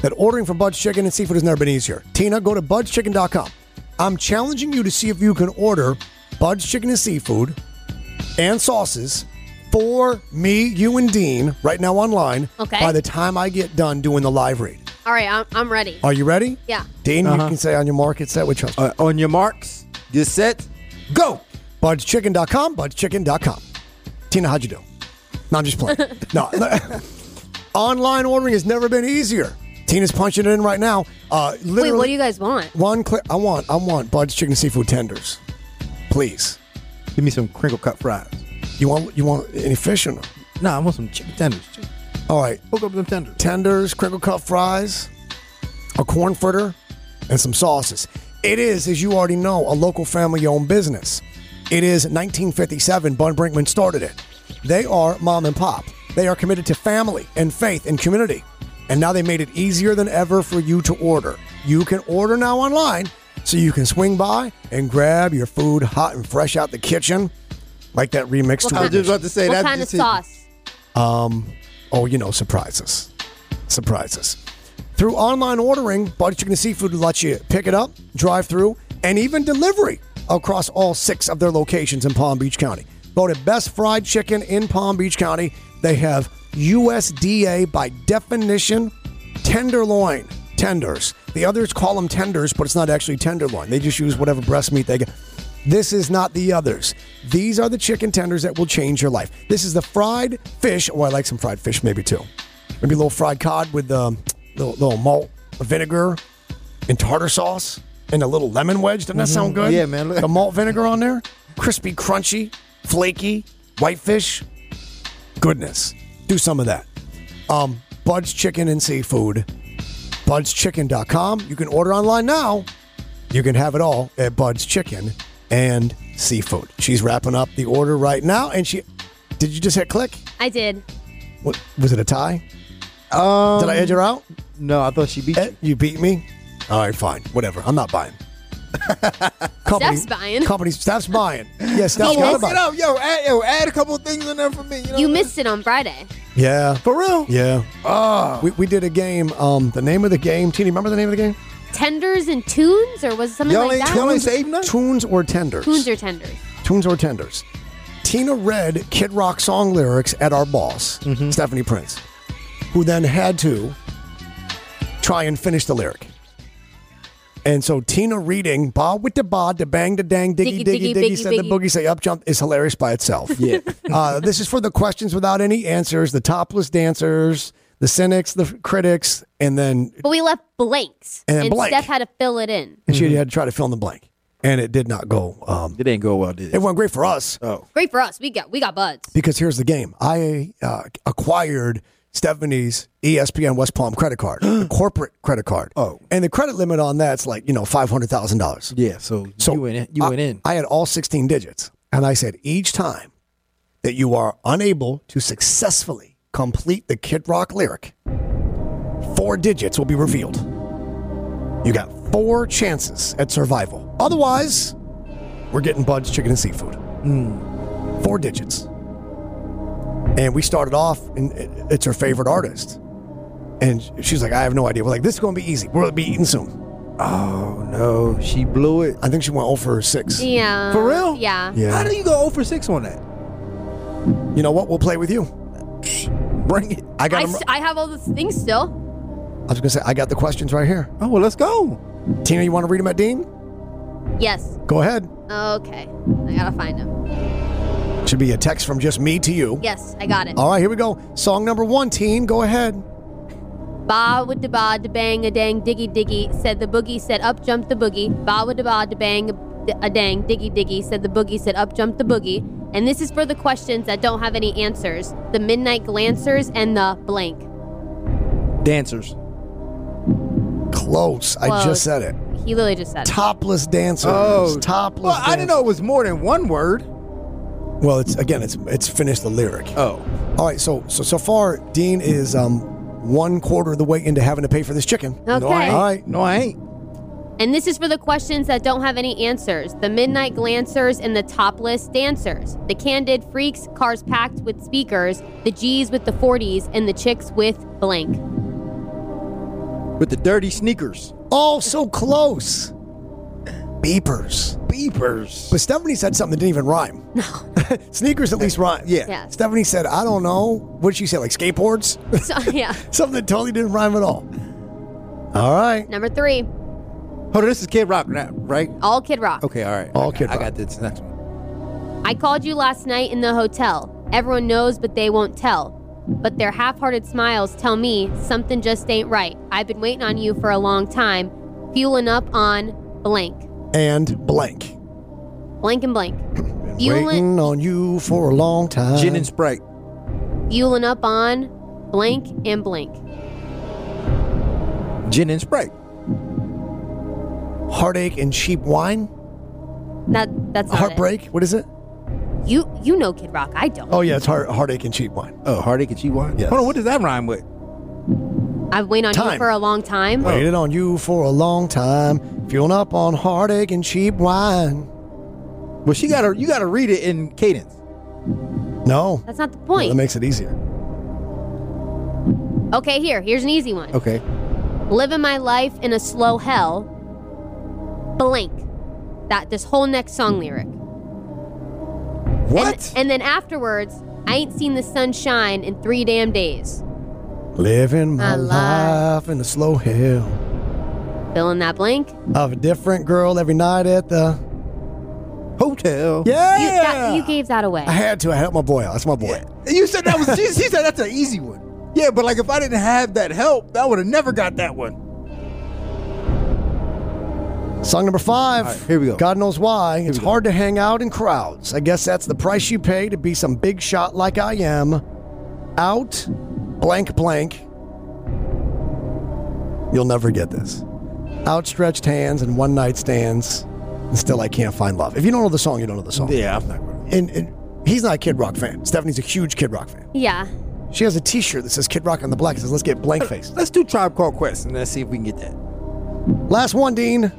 S4: that ordering from Bud's Chicken and Seafood has never been easier. Tina, go to budschicken.com. I'm challenging you to see if you can order Bud's Chicken and Seafood and sauces for me, you, and Dean right now online
S5: Okay.
S4: by the time I get done doing the live read.
S5: All right, I'm, I'm ready.
S4: Are you ready?
S5: Yeah.
S4: Dean, you can say on your market set which one.
S6: Uh, on your marks, get set, go.
S4: budschicken.com, budschicken.com. Tina, how'd you do? No, I'm just
S5: [laughs]
S4: playing. no. [laughs] Online ordering has never been easier. Tina's punching it in right now. Uh, literally,
S5: Wait, what do you guys want?
S4: one clip. I want, I want Bud's chicken and seafood tenders, please.
S6: Give me some crinkle cut fries.
S4: You want, you want any fish or no?
S6: No, I want some chicken tenders. too.
S4: All right,
S6: Hook up them tenders.
S4: tenders, crinkle cut fries, a corn fritter, and some sauces. It is, as you already know, a local family owned business. It is 1957. Bun Brinkman started it. They are mom and pop. They are committed to family and faith and community. And now they made it easier than ever for you to order. You can order now online so you can swing by and grab your food hot and fresh out the kitchen. Like that remix
S5: What
S4: to
S6: I was
S5: kind,
S6: just about to say
S5: what
S6: that-
S5: kind of
S6: this is-
S5: sauce?
S4: oh, you know, surprises. Surprises. Through online ordering, Buddy Chicken and Seafood lets you pick it up, drive through, and even delivery across all six of their locations in Palm Beach County. Voted best fried chicken in Palm Beach County. They have USDA by definition tenderloin tenders. The others call them tenders, but it's not actually tenderloin. They just use whatever breast meat they get. This is not the others. These are the chicken tenders that will change your life. This is the fried fish. Oh, I like some fried fish, maybe too. Maybe a little fried cod with a um, little, little malt, vinegar, and tartar sauce, and a little lemon wedge. Doesn't that sound good?
S6: Mm-hmm. Yeah, man.
S4: The malt vinegar on there, crispy, crunchy, flaky, whitefish. Goodness, do some of that. Um, Bud's Chicken and Seafood, budschicken.com. You can order online now. You can have it all at Bud's Chicken and Seafood. She's wrapping up the order right now, and she. Did you just hit click?
S5: I did.
S4: What was it? A tie?
S6: Um,
S4: Did I edge her out?
S6: No, I thought she beat
S4: Eh,
S6: you.
S4: You beat me. All right, fine, whatever. I'm not
S6: [laughs]
S4: buying. company,
S5: Staff's buying.
S4: Company staff's
S6: [laughs]
S4: buying. Yes,
S6: No,
S4: staff's
S6: hook
S4: got buying.
S6: it up, yo, add, yo, add a couple of things in there for me. You, know
S5: You
S6: what
S5: missed it on Friday.
S4: Yeah,
S6: I'm saying? for real? Ah.
S4: yeah. Oh. We, we did a game. Um, the name of the game. Teeny, remember the name of the game?
S5: Tenders and tunes, or was it something
S6: Y'all
S5: like
S6: ain't
S5: that?
S6: y'all ain't saved nothing.
S4: Tunes or tenders.
S5: Tunes or tenders.
S4: Tunes or tenders. Tina read Kid Rock song lyrics at our boss, Stephanie Prince, who then had to try and finish the lyric. And so Tina reading ba with the ba da bang da dang diggy diggy
S5: Diggy,
S4: diggy,
S5: diggy, biggy,
S4: said the
S5: biggy.
S4: boogie say up jump is hilarious by itself. Yeah. uh, this is for the questions without any answers, the topless dancers, the cynics, the critics, and then
S5: But we left blanks.
S4: And blank.
S5: Steph had to fill it in.
S4: and she had to try to fill in the blank, and it did not go. Um,
S6: It ain't go well, did
S4: it went great for us
S5: Great for us. We got we got buds.
S4: because here's the game: I uh, acquired Stephanie's E ESPN West Palm credit card, the corporate credit card.
S6: Oh.
S4: and the credit limit on that's like you know five hundred thousand dollars.
S6: Yeah, so, you went in. You
S4: I,
S6: went in.
S4: I had all 16 digits. And I said, each time that you are unable to successfully complete the Kid Rock lyric, four digits will be revealed. You got four chances at survival. Otherwise, we're getting Bud's chicken and seafood.
S6: Hmm.
S4: Four digits. And we started off, and it- it's her favorite artist. And she's like, I have no idea. We're like, this is going to be easy. We'll be eating soon.
S6: Oh no, she blew it.
S4: I think she went 0 for 6.
S5: Yeah.
S6: For real?
S5: Yeah.
S4: Yeah.
S6: How do you go 0 for 6 on that?
S4: You know what? We'll play with you.
S6: Bring it.
S4: I
S5: I,
S4: got. 'em-
S5: s- I have all the things still.
S4: I was gonna say I got the questions right here.
S6: Oh well, let's go.
S4: Tina, you want to read them at Dean?
S5: Yes.
S4: Go ahead.
S5: Okay. I gotta find them.
S4: Should be a text from just me to you.
S5: Yes, I got it.
S4: All right, here we go. Song number one, team. Go ahead.
S5: Ba with the ba da bang a dang diggy diggy said the boogie said up jumped the boogie. Ba with the ba da bang a dang diggy diggy said the boogie said up jumped the boogie. And this is for the questions that don't have any answers. The midnight glancers and the blank.
S6: Dancers.
S4: Close. I
S5: Close.
S4: just said it.
S5: He literally just said it.
S4: Topless dancers.
S6: Oh,
S4: topless.
S6: Well, I didn't know it was more than one word.
S4: dancers. Well, it's again, it's it's finish the lyric.
S6: Oh,
S4: All right, so so so far, Dean is um one quarter of the way into having to pay for this chicken.
S5: Okay.
S4: All right.
S6: no, I ain't.
S5: And this is for the questions that don't have any answers the midnight glancers and the topless dancers, the candid freaks, cars packed with speakers, the G's with the 40s, and the chicks with blank.
S6: With the dirty sneakers.
S4: Oh, so close. Beepers.
S6: Beepers.
S4: But Stephanie said something that didn't even rhyme. No. [laughs] Sneakers at least rhyme.
S6: Yeah.
S5: Yeah.
S4: Stephanie said, I don't know. What did she say? Like skateboards? [laughs]
S5: So, yeah.
S4: Something that totally didn't rhyme at all. All right.
S5: Number three,
S6: Hold on, this is Kid Rock, now, right?
S5: all Kid Rock.
S6: Okay, all right.
S4: All
S6: I,
S4: Kid
S6: I
S4: Rock.
S6: got this next one.
S5: I called you last night in the hotel. Everyone knows, but they won't tell. But their half hearted smiles tell me something just ain't right. I've been waiting on you for a long time, fueling up on blank.
S4: And blank.
S5: Blank and blank. Fueling,
S4: Waiting on you for a long time.
S6: Gin and Sprite.
S5: fueling up on blank and blank.
S6: Gin and Sprite.
S4: heartache and cheap wine.
S5: That that's not
S4: Heartbreak. What is it?
S5: It. You you know Kid Rock. I don't.
S4: Oh yeah, it's heart, heartache and cheap wine.
S6: Oh, heartache and cheat wine.
S4: Yes.
S6: Hold on, what does that rhyme with?
S5: I've waited on
S4: Time.
S5: you for a long time.
S4: Waited on you for a long time. Fueling up on heartache and cheap wine.
S6: Well, she got to you got to read it in cadence.
S4: No.
S5: That's not the
S4: That
S5: point.
S4: makes it easier.
S5: okay, here here's an easy one.
S6: Okay.
S5: Living my life in a slow hell. Blank. That this whole next song lyric.
S6: What?
S5: And, and then afterwards, I ain't seen the sun shine in three damn days.
S4: Living my
S5: My life.
S4: life in the slow hill.
S5: Fill in that blank. You-
S4: of a different girl every night at the
S6: Hotel.
S4: yeah.
S5: that- you gave that away.
S4: I had to. I helped my boy out. That's my boy.
S6: You said that was. she, she said that's an easy one. Yeah, but like if I didn't have that help, I would have never got that one.
S4: Song number five.
S6: All right, here we go.
S4: God knows why. it's
S6: we go.
S4: hard to hang out in crowds. I guess that's the price you pay to be some big shot like I am. Out, blank, blank. You'll never get this. Outstretched hands and one night stands, and still I can't find love. If you don't know the song, you don't know the song.
S6: Yeah, I'm not. Gonna.
S4: And, and he's not a Kid Rock fan. Stephanie's a huge Kid Rock fan.
S5: yeah.
S4: She has a T-shirt that says Kid Rock on the black. It says Let's get blank faced.
S6: Let's do Tribe Called Quest and let's see if we can get that.
S4: Last one, Dean.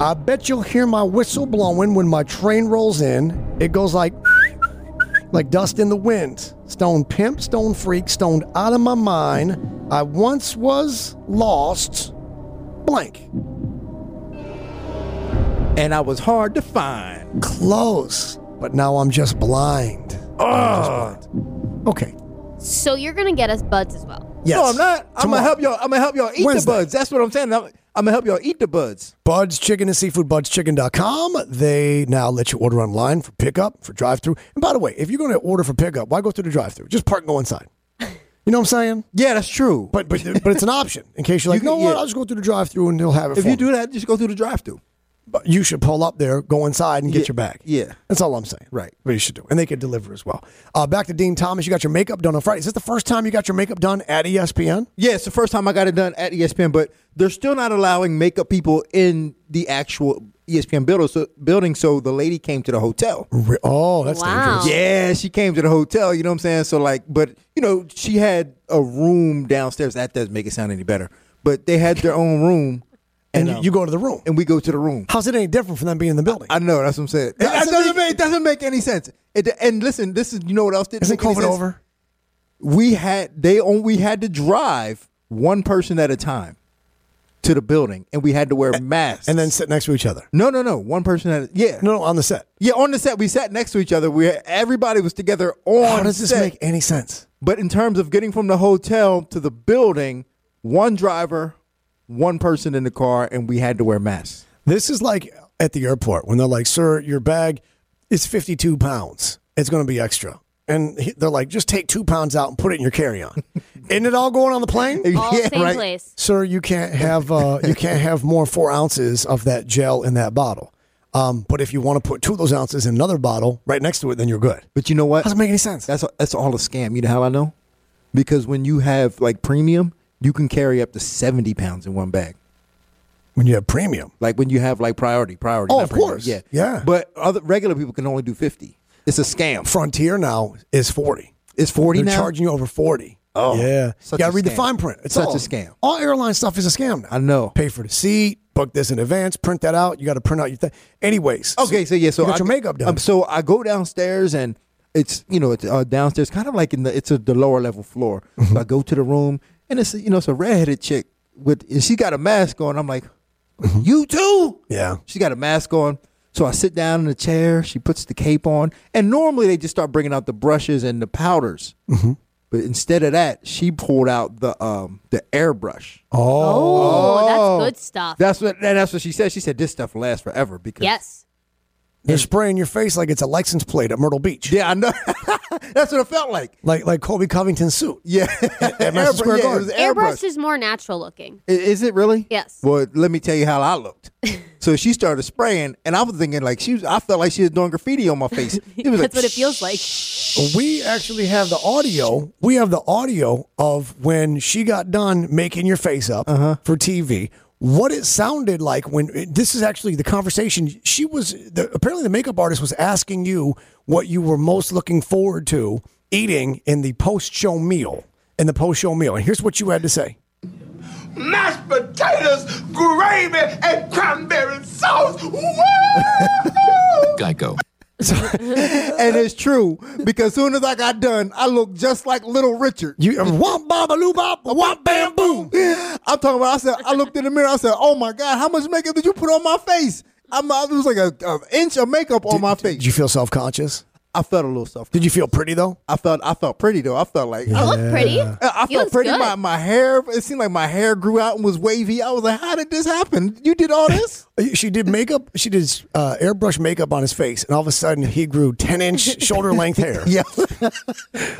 S4: I bet you'll hear my whistle blowing when my train rolls in. It goes like like dust in the wind. Stone pimp, stone freak, stoned out of my mind. I once was lost. Blank.
S6: And I was hard to find.
S4: Close. but now I'm just blind. Oh. Okay.
S5: So you're gonna get us buds as well.
S4: Yes.
S6: No, I'm not. I'm
S4: Tomorrow.
S6: gonna help y'all. I'm gonna help y'all eat the
S4: Wednesday.
S6: buds. That's what I'm saying. I'm, I'm gonna help y'all eat the buds.
S4: Bud's Chicken and Seafood, budschicken.com. They now let you order online for pickup, for drive through. And by the way, if you're going to order for pickup, why go through the drive through? Just park and go inside. You know what I'm saying?
S6: Yeah, that's true.
S4: But
S6: [laughs]
S4: but but it's an option in case you're like,
S6: You
S4: no,
S6: can-
S4: what?
S6: yeah.
S4: I'll just go through the drive through and they'll have it
S6: if
S4: for me."
S6: you do that, just go through the drive-through.
S4: But you should pull up there, go inside, and get
S6: Yeah,
S4: your bag.
S6: yeah.
S4: That's all I'm saying.
S6: Right.
S4: What you should do. And they could deliver as well. Uh, back to Dean Thomas. You got your makeup done on Friday. Is this the first time you got your makeup done at E ESPN?
S6: Yeah, it's the first time I got it done at E ESPN, but they're still not allowing makeup people in the actual E ESPN building. So, building, so the lady came to the hotel.
S4: Re- Oh, that's
S5: Wow.
S6: Um,
S4: dangerous.
S6: Yeah, she came to the hotel. You know what I'm saying? So like, but you know, she had a room downstairs. That doesn't make it sound any better. But they had their own room,
S4: And you,
S6: um,
S4: you go to the room.
S6: and we go to the room.
S4: How's it any different from them being in the building?
S6: I know that's what I'm saying. It,
S4: That's
S6: that doesn't
S4: the-
S6: make, it doesn't make any sense. It, and listen, this is you know what else didn't
S4: Isn't
S6: make any
S4: COVID
S6: sense?
S4: over?
S6: We had they on we had to drive one person at a time to the building, and we had to wear masks.
S4: And then sit next to each other.
S6: no, no, no, one person at a, yeah.
S4: No, no, on the set.
S6: Yeah, on the set we sat next to each other. We everybody was together on.
S4: How does this
S6: set.
S4: make any sense?
S6: But in terms of getting from the hotel to the building, one driver, one person in the car, and we had to wear masks.
S4: This is like at the airport when they're like, "Sir, your bag is 52 pounds. It's going to be extra." And he- they're like, "Just take two pounds out and put it in your [laughs] carry-on." Isn't it all going on the plane?
S5: All
S6: [laughs] Yeah,
S5: same
S6: right.
S5: place.
S4: Sir, you can't have uh, you can't have more four ounces of that gel in that bottle. Um, but if you want to put two of those ounces in another bottle right next to it, then you're good.
S6: But you know what?
S4: Doesn't make any sense.
S6: That's that's all a scam. You know how I know? Because when you have like premium, you can carry up to seventy pounds in one bag.
S4: When you have premium,
S6: Like when you have like priority, priority.
S4: Oh,
S6: not
S4: of
S6: premium.
S4: course.
S6: yeah,
S4: Yeah.
S6: But other regular people can only do fifty. It's a scam.
S4: Frontier now is 40.
S6: It's forty
S4: They're
S6: now.
S4: charging you over 40. Oh, yeah.
S6: Such
S4: you got to
S6: a
S4: read the
S6: scam.
S4: fine print. It's
S6: Such a
S4: all-
S6: scam.
S4: All airline stuff is a scam now.
S6: I know.
S4: Pay for the seat, book this in advance, print that out. You got to print out your thing. Anyways.
S6: Okay, so yeah, so
S4: you got
S6: I,
S4: your makeup done.
S6: Um, so I go downstairs and it's you know it's uh, downstairs, kind of like in the it's a, the lower level floor.
S4: Mm-hmm.
S6: So I go to the room and it's you know it's a redheaded chick with and she got a mask on. I'm like, you too?
S4: Mm-hmm. Yeah.
S6: She got a mask on. So I sit down in the chair. She puts the cape on, and normally they just start bringing out the brushes and the powders.
S4: Mm-hmm.
S6: But instead of that, she pulled out the um the airbrush.
S5: Oh, that's good stuff.
S6: That's what and that's what she said. She said this stuff lasts forever because
S5: yes.
S4: They're spraying your face like it's a license plate at Myrtle Beach.
S6: yeah, I know. [laughs] that's what it felt like.
S4: Like like Kobe Covington's suit.
S6: Yeah,
S4: Madison Square
S6: yeah, it
S4: Garden.
S6: was
S5: Airbrush
S6: airbrush.
S5: is more natural looking.
S6: I- Is it really?
S5: Yes.
S6: Well, let me tell you how
S5: [laughs]
S6: I looked. so she started spraying, and I was thinking like she was. I felt like she was doing graffiti on
S5: [laughs]
S6: my face. It was
S5: That's
S6: like,
S5: what it feels like.
S4: We actually have the audio. We have the audio of when she got done making your face up for TV. What it sounded like when this is actually the conversation she was the, apparently the makeup artist was asking you what you were most looking forward to eating in the post show meal in the post show meal and here's what you had to say
S7: mashed potatoes, gravy, and cranberry sauce.
S8: Geico.
S6: and it's true because soon as I got done, I looked just like Little Richard.
S4: you womp baba loo bop womp bam boom
S6: I'm talking about. I said I looked in the mirror. I said, "Oh my God, how much makeup did you put on my face?" I'm. It was like a, an inch of makeup on my face.
S4: did you feel self conscious
S6: I felt a little self.
S4: did you feel pretty though
S6: I felt. I felt pretty though. I felt like.
S5: I look pretty.
S6: I I
S5: You
S6: felt
S5: look
S6: pretty.
S5: good.
S6: My, my hair, it seemed like my hair grew out and was wavy. I was like, how did this happen? You did all this?
S4: She did makeup. She did uh, airbrush makeup on his face, and all of a sudden he grew ten
S6: [laughs]
S4: inch shoulder length hair.
S6: yeah.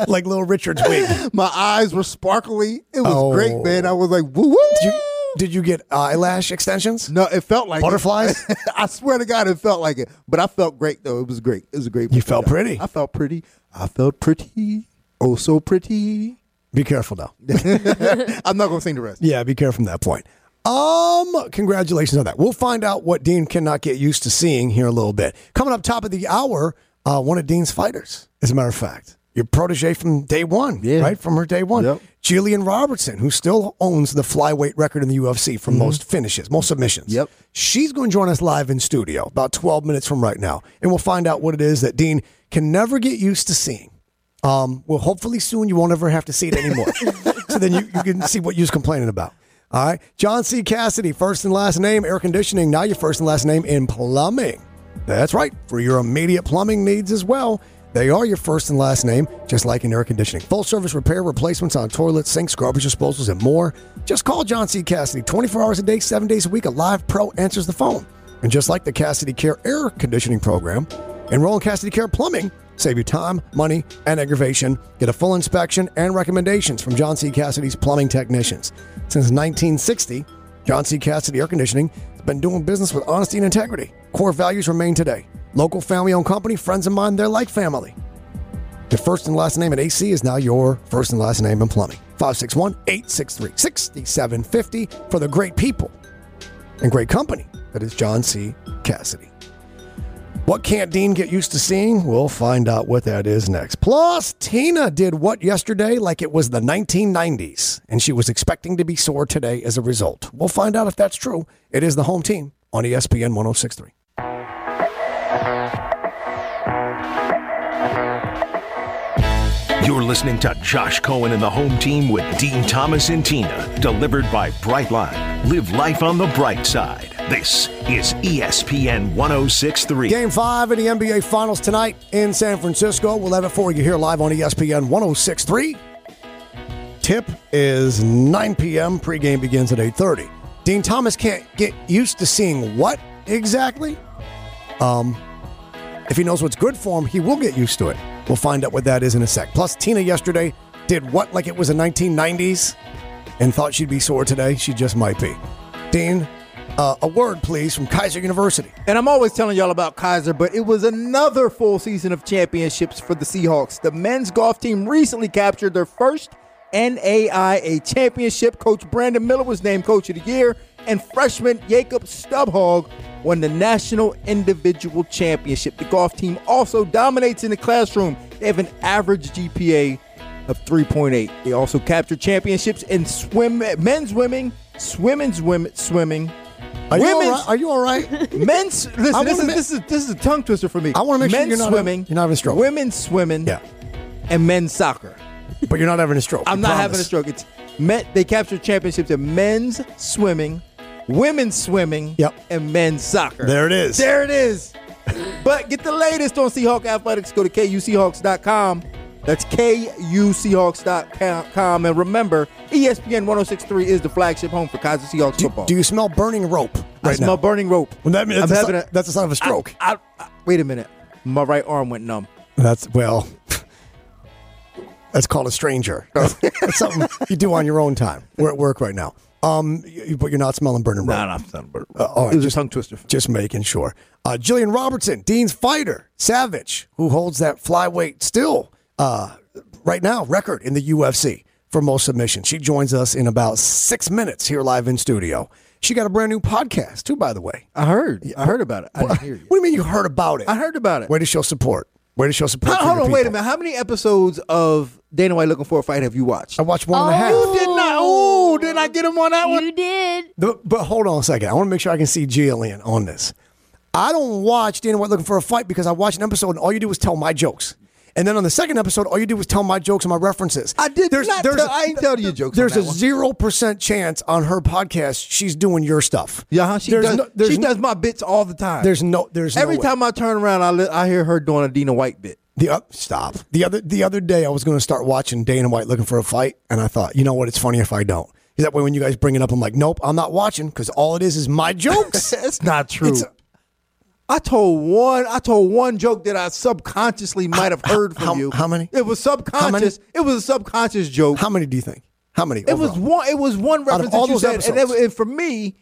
S4: like little Richard's wig.
S6: my eyes were sparkly. It was
S4: Oh.
S6: great, man. I was like, woo woo.
S4: Did you, did you get eyelash extensions?
S6: no, it felt like it.
S4: Butterflies?
S6: [laughs] I swear to God, it felt like it. But I felt great though. It was great. It was a great.
S4: You felt pretty.
S6: I felt pretty. I felt pretty. Oh, so pretty.
S4: Be careful now.
S6: I'm not gonna sing the rest.
S4: Yeah, be careful from that point. Um, congratulations on that. We'll find out what Dean cannot get used to seeing here in a little bit. Coming up top of the hour, uh, one of Dean's fighters, as a matter of fact, your protege from day one,
S6: Yeah.
S4: right from her day one,
S6: Yep.
S4: Jillian Robertson, who still owns the flyweight record in the UFC for most finishes, most submissions.
S6: Mm-hmm. Yep.
S4: she's going to join us live in studio about 12 minutes from right now, and we'll find out what it is that Dean can never get used to seeing. Um, well, hopefully soon you won't ever have to see it anymore. so then you, you can see what you're complaining about. All right. John C. Cassidy, first and last name, air conditioning, now your first and last name in plumbing. That's right, for your immediate plumbing needs as well. They are your first and last name, just like in air conditioning. Full service repair, replacements on toilets, sinks, garbage disposals, and more. Just call John C. Cassidy 24 hours a day, seven days a week. A live pro answers the phone. And just like the Cassidy Care air conditioning program, enroll in Cassidy Care Plumbing. Save you time, money, and aggravation. Get a full inspection and recommendations from John C. Cassidy's plumbing technicians. Since 1960, John C. Cassidy Air Conditioning has been doing business with honesty and integrity. Core values remain today. Local family owned company, friends of mine, they're like family. The first and last name at AC is now your first and last name in plumbing. 561 863 6750 for the great people and great company that is John C. Cassidy. What can't Dean get used to seeing? We'll find out what that is next. Plus, Tina did what yesterday like it was the 1990s, and she was expecting to be sore today as a result. We'll find out if that's true. It is the home team on E ESPN 1063.
S3: You're listening to Josh Cohen and the home team with Dean Thomas and Tina, delivered by Brightline. Live life on the bright side. This is E ESPN 1063.
S4: Game five of the NBA Finals tonight in San Francisco. We'll have it for you here live on E ESPN 1063. Tip is 9 p.m. Pregame begins at 8.30. Dean Thomas can't get used to seeing what exactly? Um, if he knows what's good for him, he will get used to it. We'll find out what that is in a sec. Plus, Tina yesterday did what like it was the 1990s and thought she'd be sore today. She just might be. Dean, uh, a word, please, from Kaiser University.
S6: And I'm always telling y'all about Kaiser, but it was another full season of championships for the Seahawks. The men's golf team recently captured their first NAIA championship. Coach Brandon Miller was named Coach of the Year, and freshman Jacob Stubhog won the National Individual Championship. The golf team also dominates in the classroom. They have an average GPA of 3.8. They also captured championships in swim, men's swimming, swimming's women, swimming.
S4: Are you all
S6: women's-
S4: right? Are you all right?
S6: Men's listen,
S4: wanna
S6: this is,
S4: ma-
S6: this is this is a tongue twister for me.
S4: I wanna make sure
S6: men's
S4: you're not having-
S6: swimming,
S4: you're not having a stroke.
S6: Women's
S4: [laughs]
S6: swimming,
S4: Yeah.
S6: and men's soccer.
S4: But you're not having a stroke.
S6: I'm
S4: I
S6: not
S4: promise.
S6: having a stroke. It's men, they captured championships in men's swimming, women's swimming,
S4: Yep.
S6: and men's soccer.
S4: There it is.
S6: There it is. but get the latest on Seahawk athletics. Go to kuseahawks.com. That's kuseahawks.com. And remember, E ESPN 106.3 is the flagship home for Kaiser Seahawks
S4: Do,
S6: football.
S4: do you smell burning rope right
S6: I
S4: now?
S6: smell burning rope.
S4: Well, that means
S6: I'm
S4: that's, a,
S6: having
S4: si- that's a sign of a stroke.
S6: I, I- wait a minute. My right arm went numb.
S4: that's well. [laughs] That's called a stranger.
S6: Oh.
S4: That's, that's something you do on your own time. We're at work right now. Um, you, but you're not smelling burning rope.
S6: Uh,
S4: all right,
S6: it was
S4: just-
S6: a tongue twister.
S4: Just making sure. Uh, Jillian Robertson, Dean's fighter, Savage, who holds that flyweight still uh, right now record in the UFC for most submissions. She joins us in about six minutes here live in studio. She got a brand new podcast too, by the way.
S6: I heard. I heard about it. I didn't hear
S4: What
S6: you.
S4: do you mean you heard about it?
S6: I heard about it.
S4: Where to show support? Where to show support?
S6: How-
S4: for
S6: hold
S4: your
S6: on. Wait a
S4: people?
S6: minute. How many episodes of Dana White looking for a fight have you watched?
S4: I watched one and a half.
S5: Oh.
S6: did not. Oh, did I get him on that one?
S5: You did.
S4: The- but hold on a second. I want to make sure I can see Jillian on this. I don't watch Dana White looking for a fight because I watched an episode and all you do was tell my jokes. And then on the second episode, all you do was tell my jokes and my references.
S6: I did not tell- I ain't tell you jokes on
S4: There's
S6: that
S4: a
S6: one.
S4: zero percent chance on her podcast she's doing your stuff.
S6: Yeah, huh? she
S4: There's
S6: does.
S4: no- there's
S6: she
S4: no-
S6: does my bits all the time.
S4: There's no. There's
S6: every
S4: no way.
S6: time I turn around, I li- I hear her doing a Dana White bit.
S4: The up stop. The other the other day I was going to start watching Dana White looking for a fight and I thought, you know what, it's funny if I don't. 'Cause that way when you guys bring it up I'm like, nope, I'm not watching cuz all it is is my jokes.
S6: [laughs] That's not
S4: [laughs]
S6: true.
S4: It's-
S6: I told one. I told one joke that I subconsciously might have heard from
S4: how-
S6: you.
S4: how many?
S6: It was subconscious. It was a subconscious joke.
S4: How many do you think? How many?
S6: It was one. It was one
S4: Out of
S6: reference
S4: all
S6: that you
S4: those
S6: said, and, it,
S4: episodes. Mm-hmm.
S6: and for me,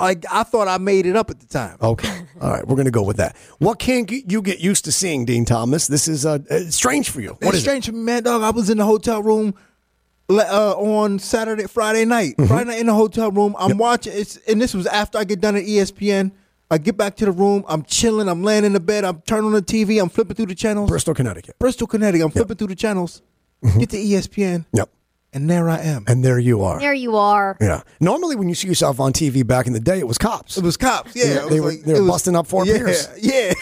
S6: like I thought I made it up at the time. [laughs]
S4: Okay. All right. We're going to go with that. What can't g- you get used to seeing, Dean Thomas? This is uh, uh, strange for you. What
S6: it's
S4: is
S6: strange, man, dog. I was in the hotel room le- uh, on Saturday, Friday night.
S4: Mm-hmm.
S6: Friday night in the hotel room. I'm watching. It's and this was after I get done at E ESPN. I get back to the room. I'm chilling. I'm laying in the bed. I'm turning on the TV. I'm flipping through the
S4: it?
S6: channels.
S4: Bristol, Mm-hmm. Connecticut.
S6: Bristol, Connecticut. I'm flipping through the channels. Get to E ESPN.
S4: Yep.
S6: And there I am.
S4: And there you are.
S5: There you are.
S4: Yeah. Normally, when you see yourself on TV back in the day, it was cops.
S6: It was cops. Yeah,
S4: They-
S6: I
S4: they
S6: was
S4: were- they were
S6: it was-
S4: busting up Fort
S6: yeah,
S4: Pierce.
S6: [laughs] Yeah,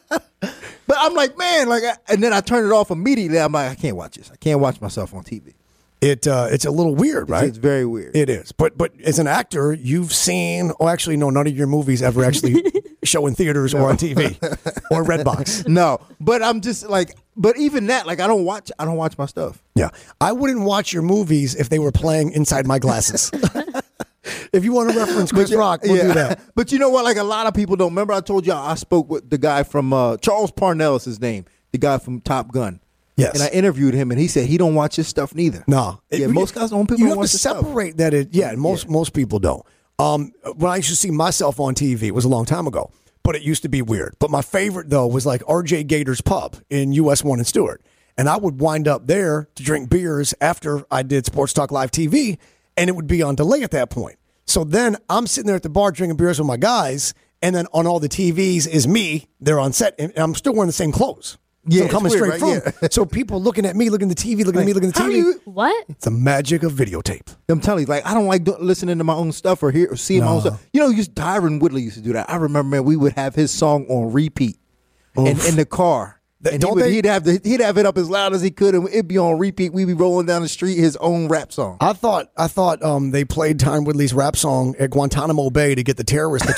S6: but I'm like, man, like, I, and then I turned it off immediately. I'm like, I can't watch this. I can't watch myself on TV.
S4: It uh, it's a little weird, right?
S6: It's very weird. [laughs]
S4: It is. But but as an actor, you've seen. Oh, actually, no. None of your movies ever actually show in theaters or on TV or Redbox.
S6: No, but I'm just like, but even that, like, I don't watch, I don't watch my stuff.
S4: Yeah. I wouldn't watch your movies if they were playing inside my glasses. if you want to reference Chris Rock, we'll do that.
S6: [laughs] But you know what? Like a lot of people don't remember. I told y'all I spoke with the guy from uh, Charles Parnell is his name, the guy from Top Gun.
S4: Yes.
S6: And I interviewed him, and he said he don't watch his stuff neither.
S4: No,
S6: Yeah,
S4: It-
S6: most guys don't. People
S4: You
S6: don't
S4: have
S6: watch
S4: to
S6: their stuff.
S4: separate that. It, yeah, and most most people don't. Um, when I used to see myself on TV, it was a long time ago, but it used to be weird. But my favorite though was like R.J. Gator's Pub in U.S. One and Stewart, and I would wind up there to drink beers after I did Sports Talk Live TV, and it would be on delay at that point. So then I'm sitting there at the bar drinking beers with my guys, and then on all the TVs is me. They're on set, and and I'm still wearing the same clothes.
S6: Yeah,
S4: so I'm
S6: it's
S4: coming
S6: weird,
S4: straight
S6: right?
S4: from. [laughs] So people looking at me, looking at the TV, looking at me, looking at the TV.
S6: How you?
S5: What?
S4: It's the magic of videotape.
S6: I'm telling you, like I don't like do- listening to my own stuff or hear or seeing my own stuff. You know, just Tyron Woodley used to do that. I remember man, we would have his song on repeat, and in the car.
S4: Th-
S6: And he
S4: don't
S6: would,
S4: they-
S6: he'd have the, he'd have it up as loud as he could, and it'd be on repeat. We'd be rolling down the street, his own rap song.
S4: I thought I thought um, they played Tyron Woodley's rap song at Guantanamo Bay to get the terrorists to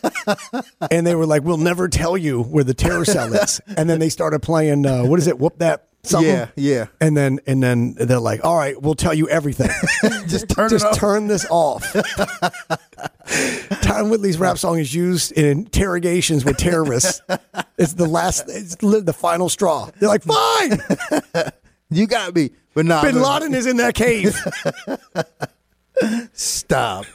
S4: talk,
S6: [laughs]
S4: and they were like, "We'll never tell you where the terror cell is." And then they started playing, uh, what is it? Whoop that something.
S6: Yeah, yeah.
S4: And then and then they're like, "All right, we'll tell you everything.
S6: [laughs] Just
S4: [laughs]
S6: turn
S4: Just
S6: it off.
S4: turn this off."
S6: [laughs]
S4: Tyron Woodley's rap song is used in interrogations with terrorists. It's the last, it's li- the final straw. They're like, "Fine."
S6: You got me. But nah,
S4: Bin
S6: look,
S4: Laden is in that [laughs] cave.
S6: Stop.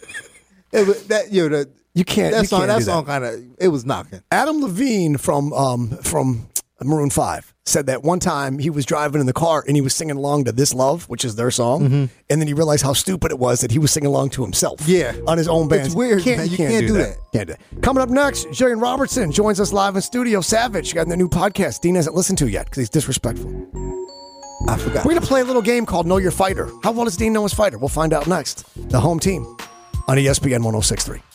S6: It was- that yo, the,
S4: You can't-
S6: That
S4: you
S6: song.
S4: can't
S6: that
S4: do that.
S6: song kind of it was knocking.
S4: Adam Levine from um, from Maroon Five said that one time he was driving in the car and he was singing along to "This Love," which is their song, and then he realized how stupid it was that he was singing along to himself.
S6: Yeah.
S4: on his own
S6: It's
S4: band.
S6: weird, man. You can't do
S4: Can't do that. Coming up next, Jillian Robertson joins us live in studio. Savage got the new podcast. Dean hasn't listened to yet because he's disrespectful.
S6: I forgot.
S4: We're gonna play a little game called E oh Know Your Fighter. How well does Dean know his fighter? We'll find out next. The home team on ESPN 106.3.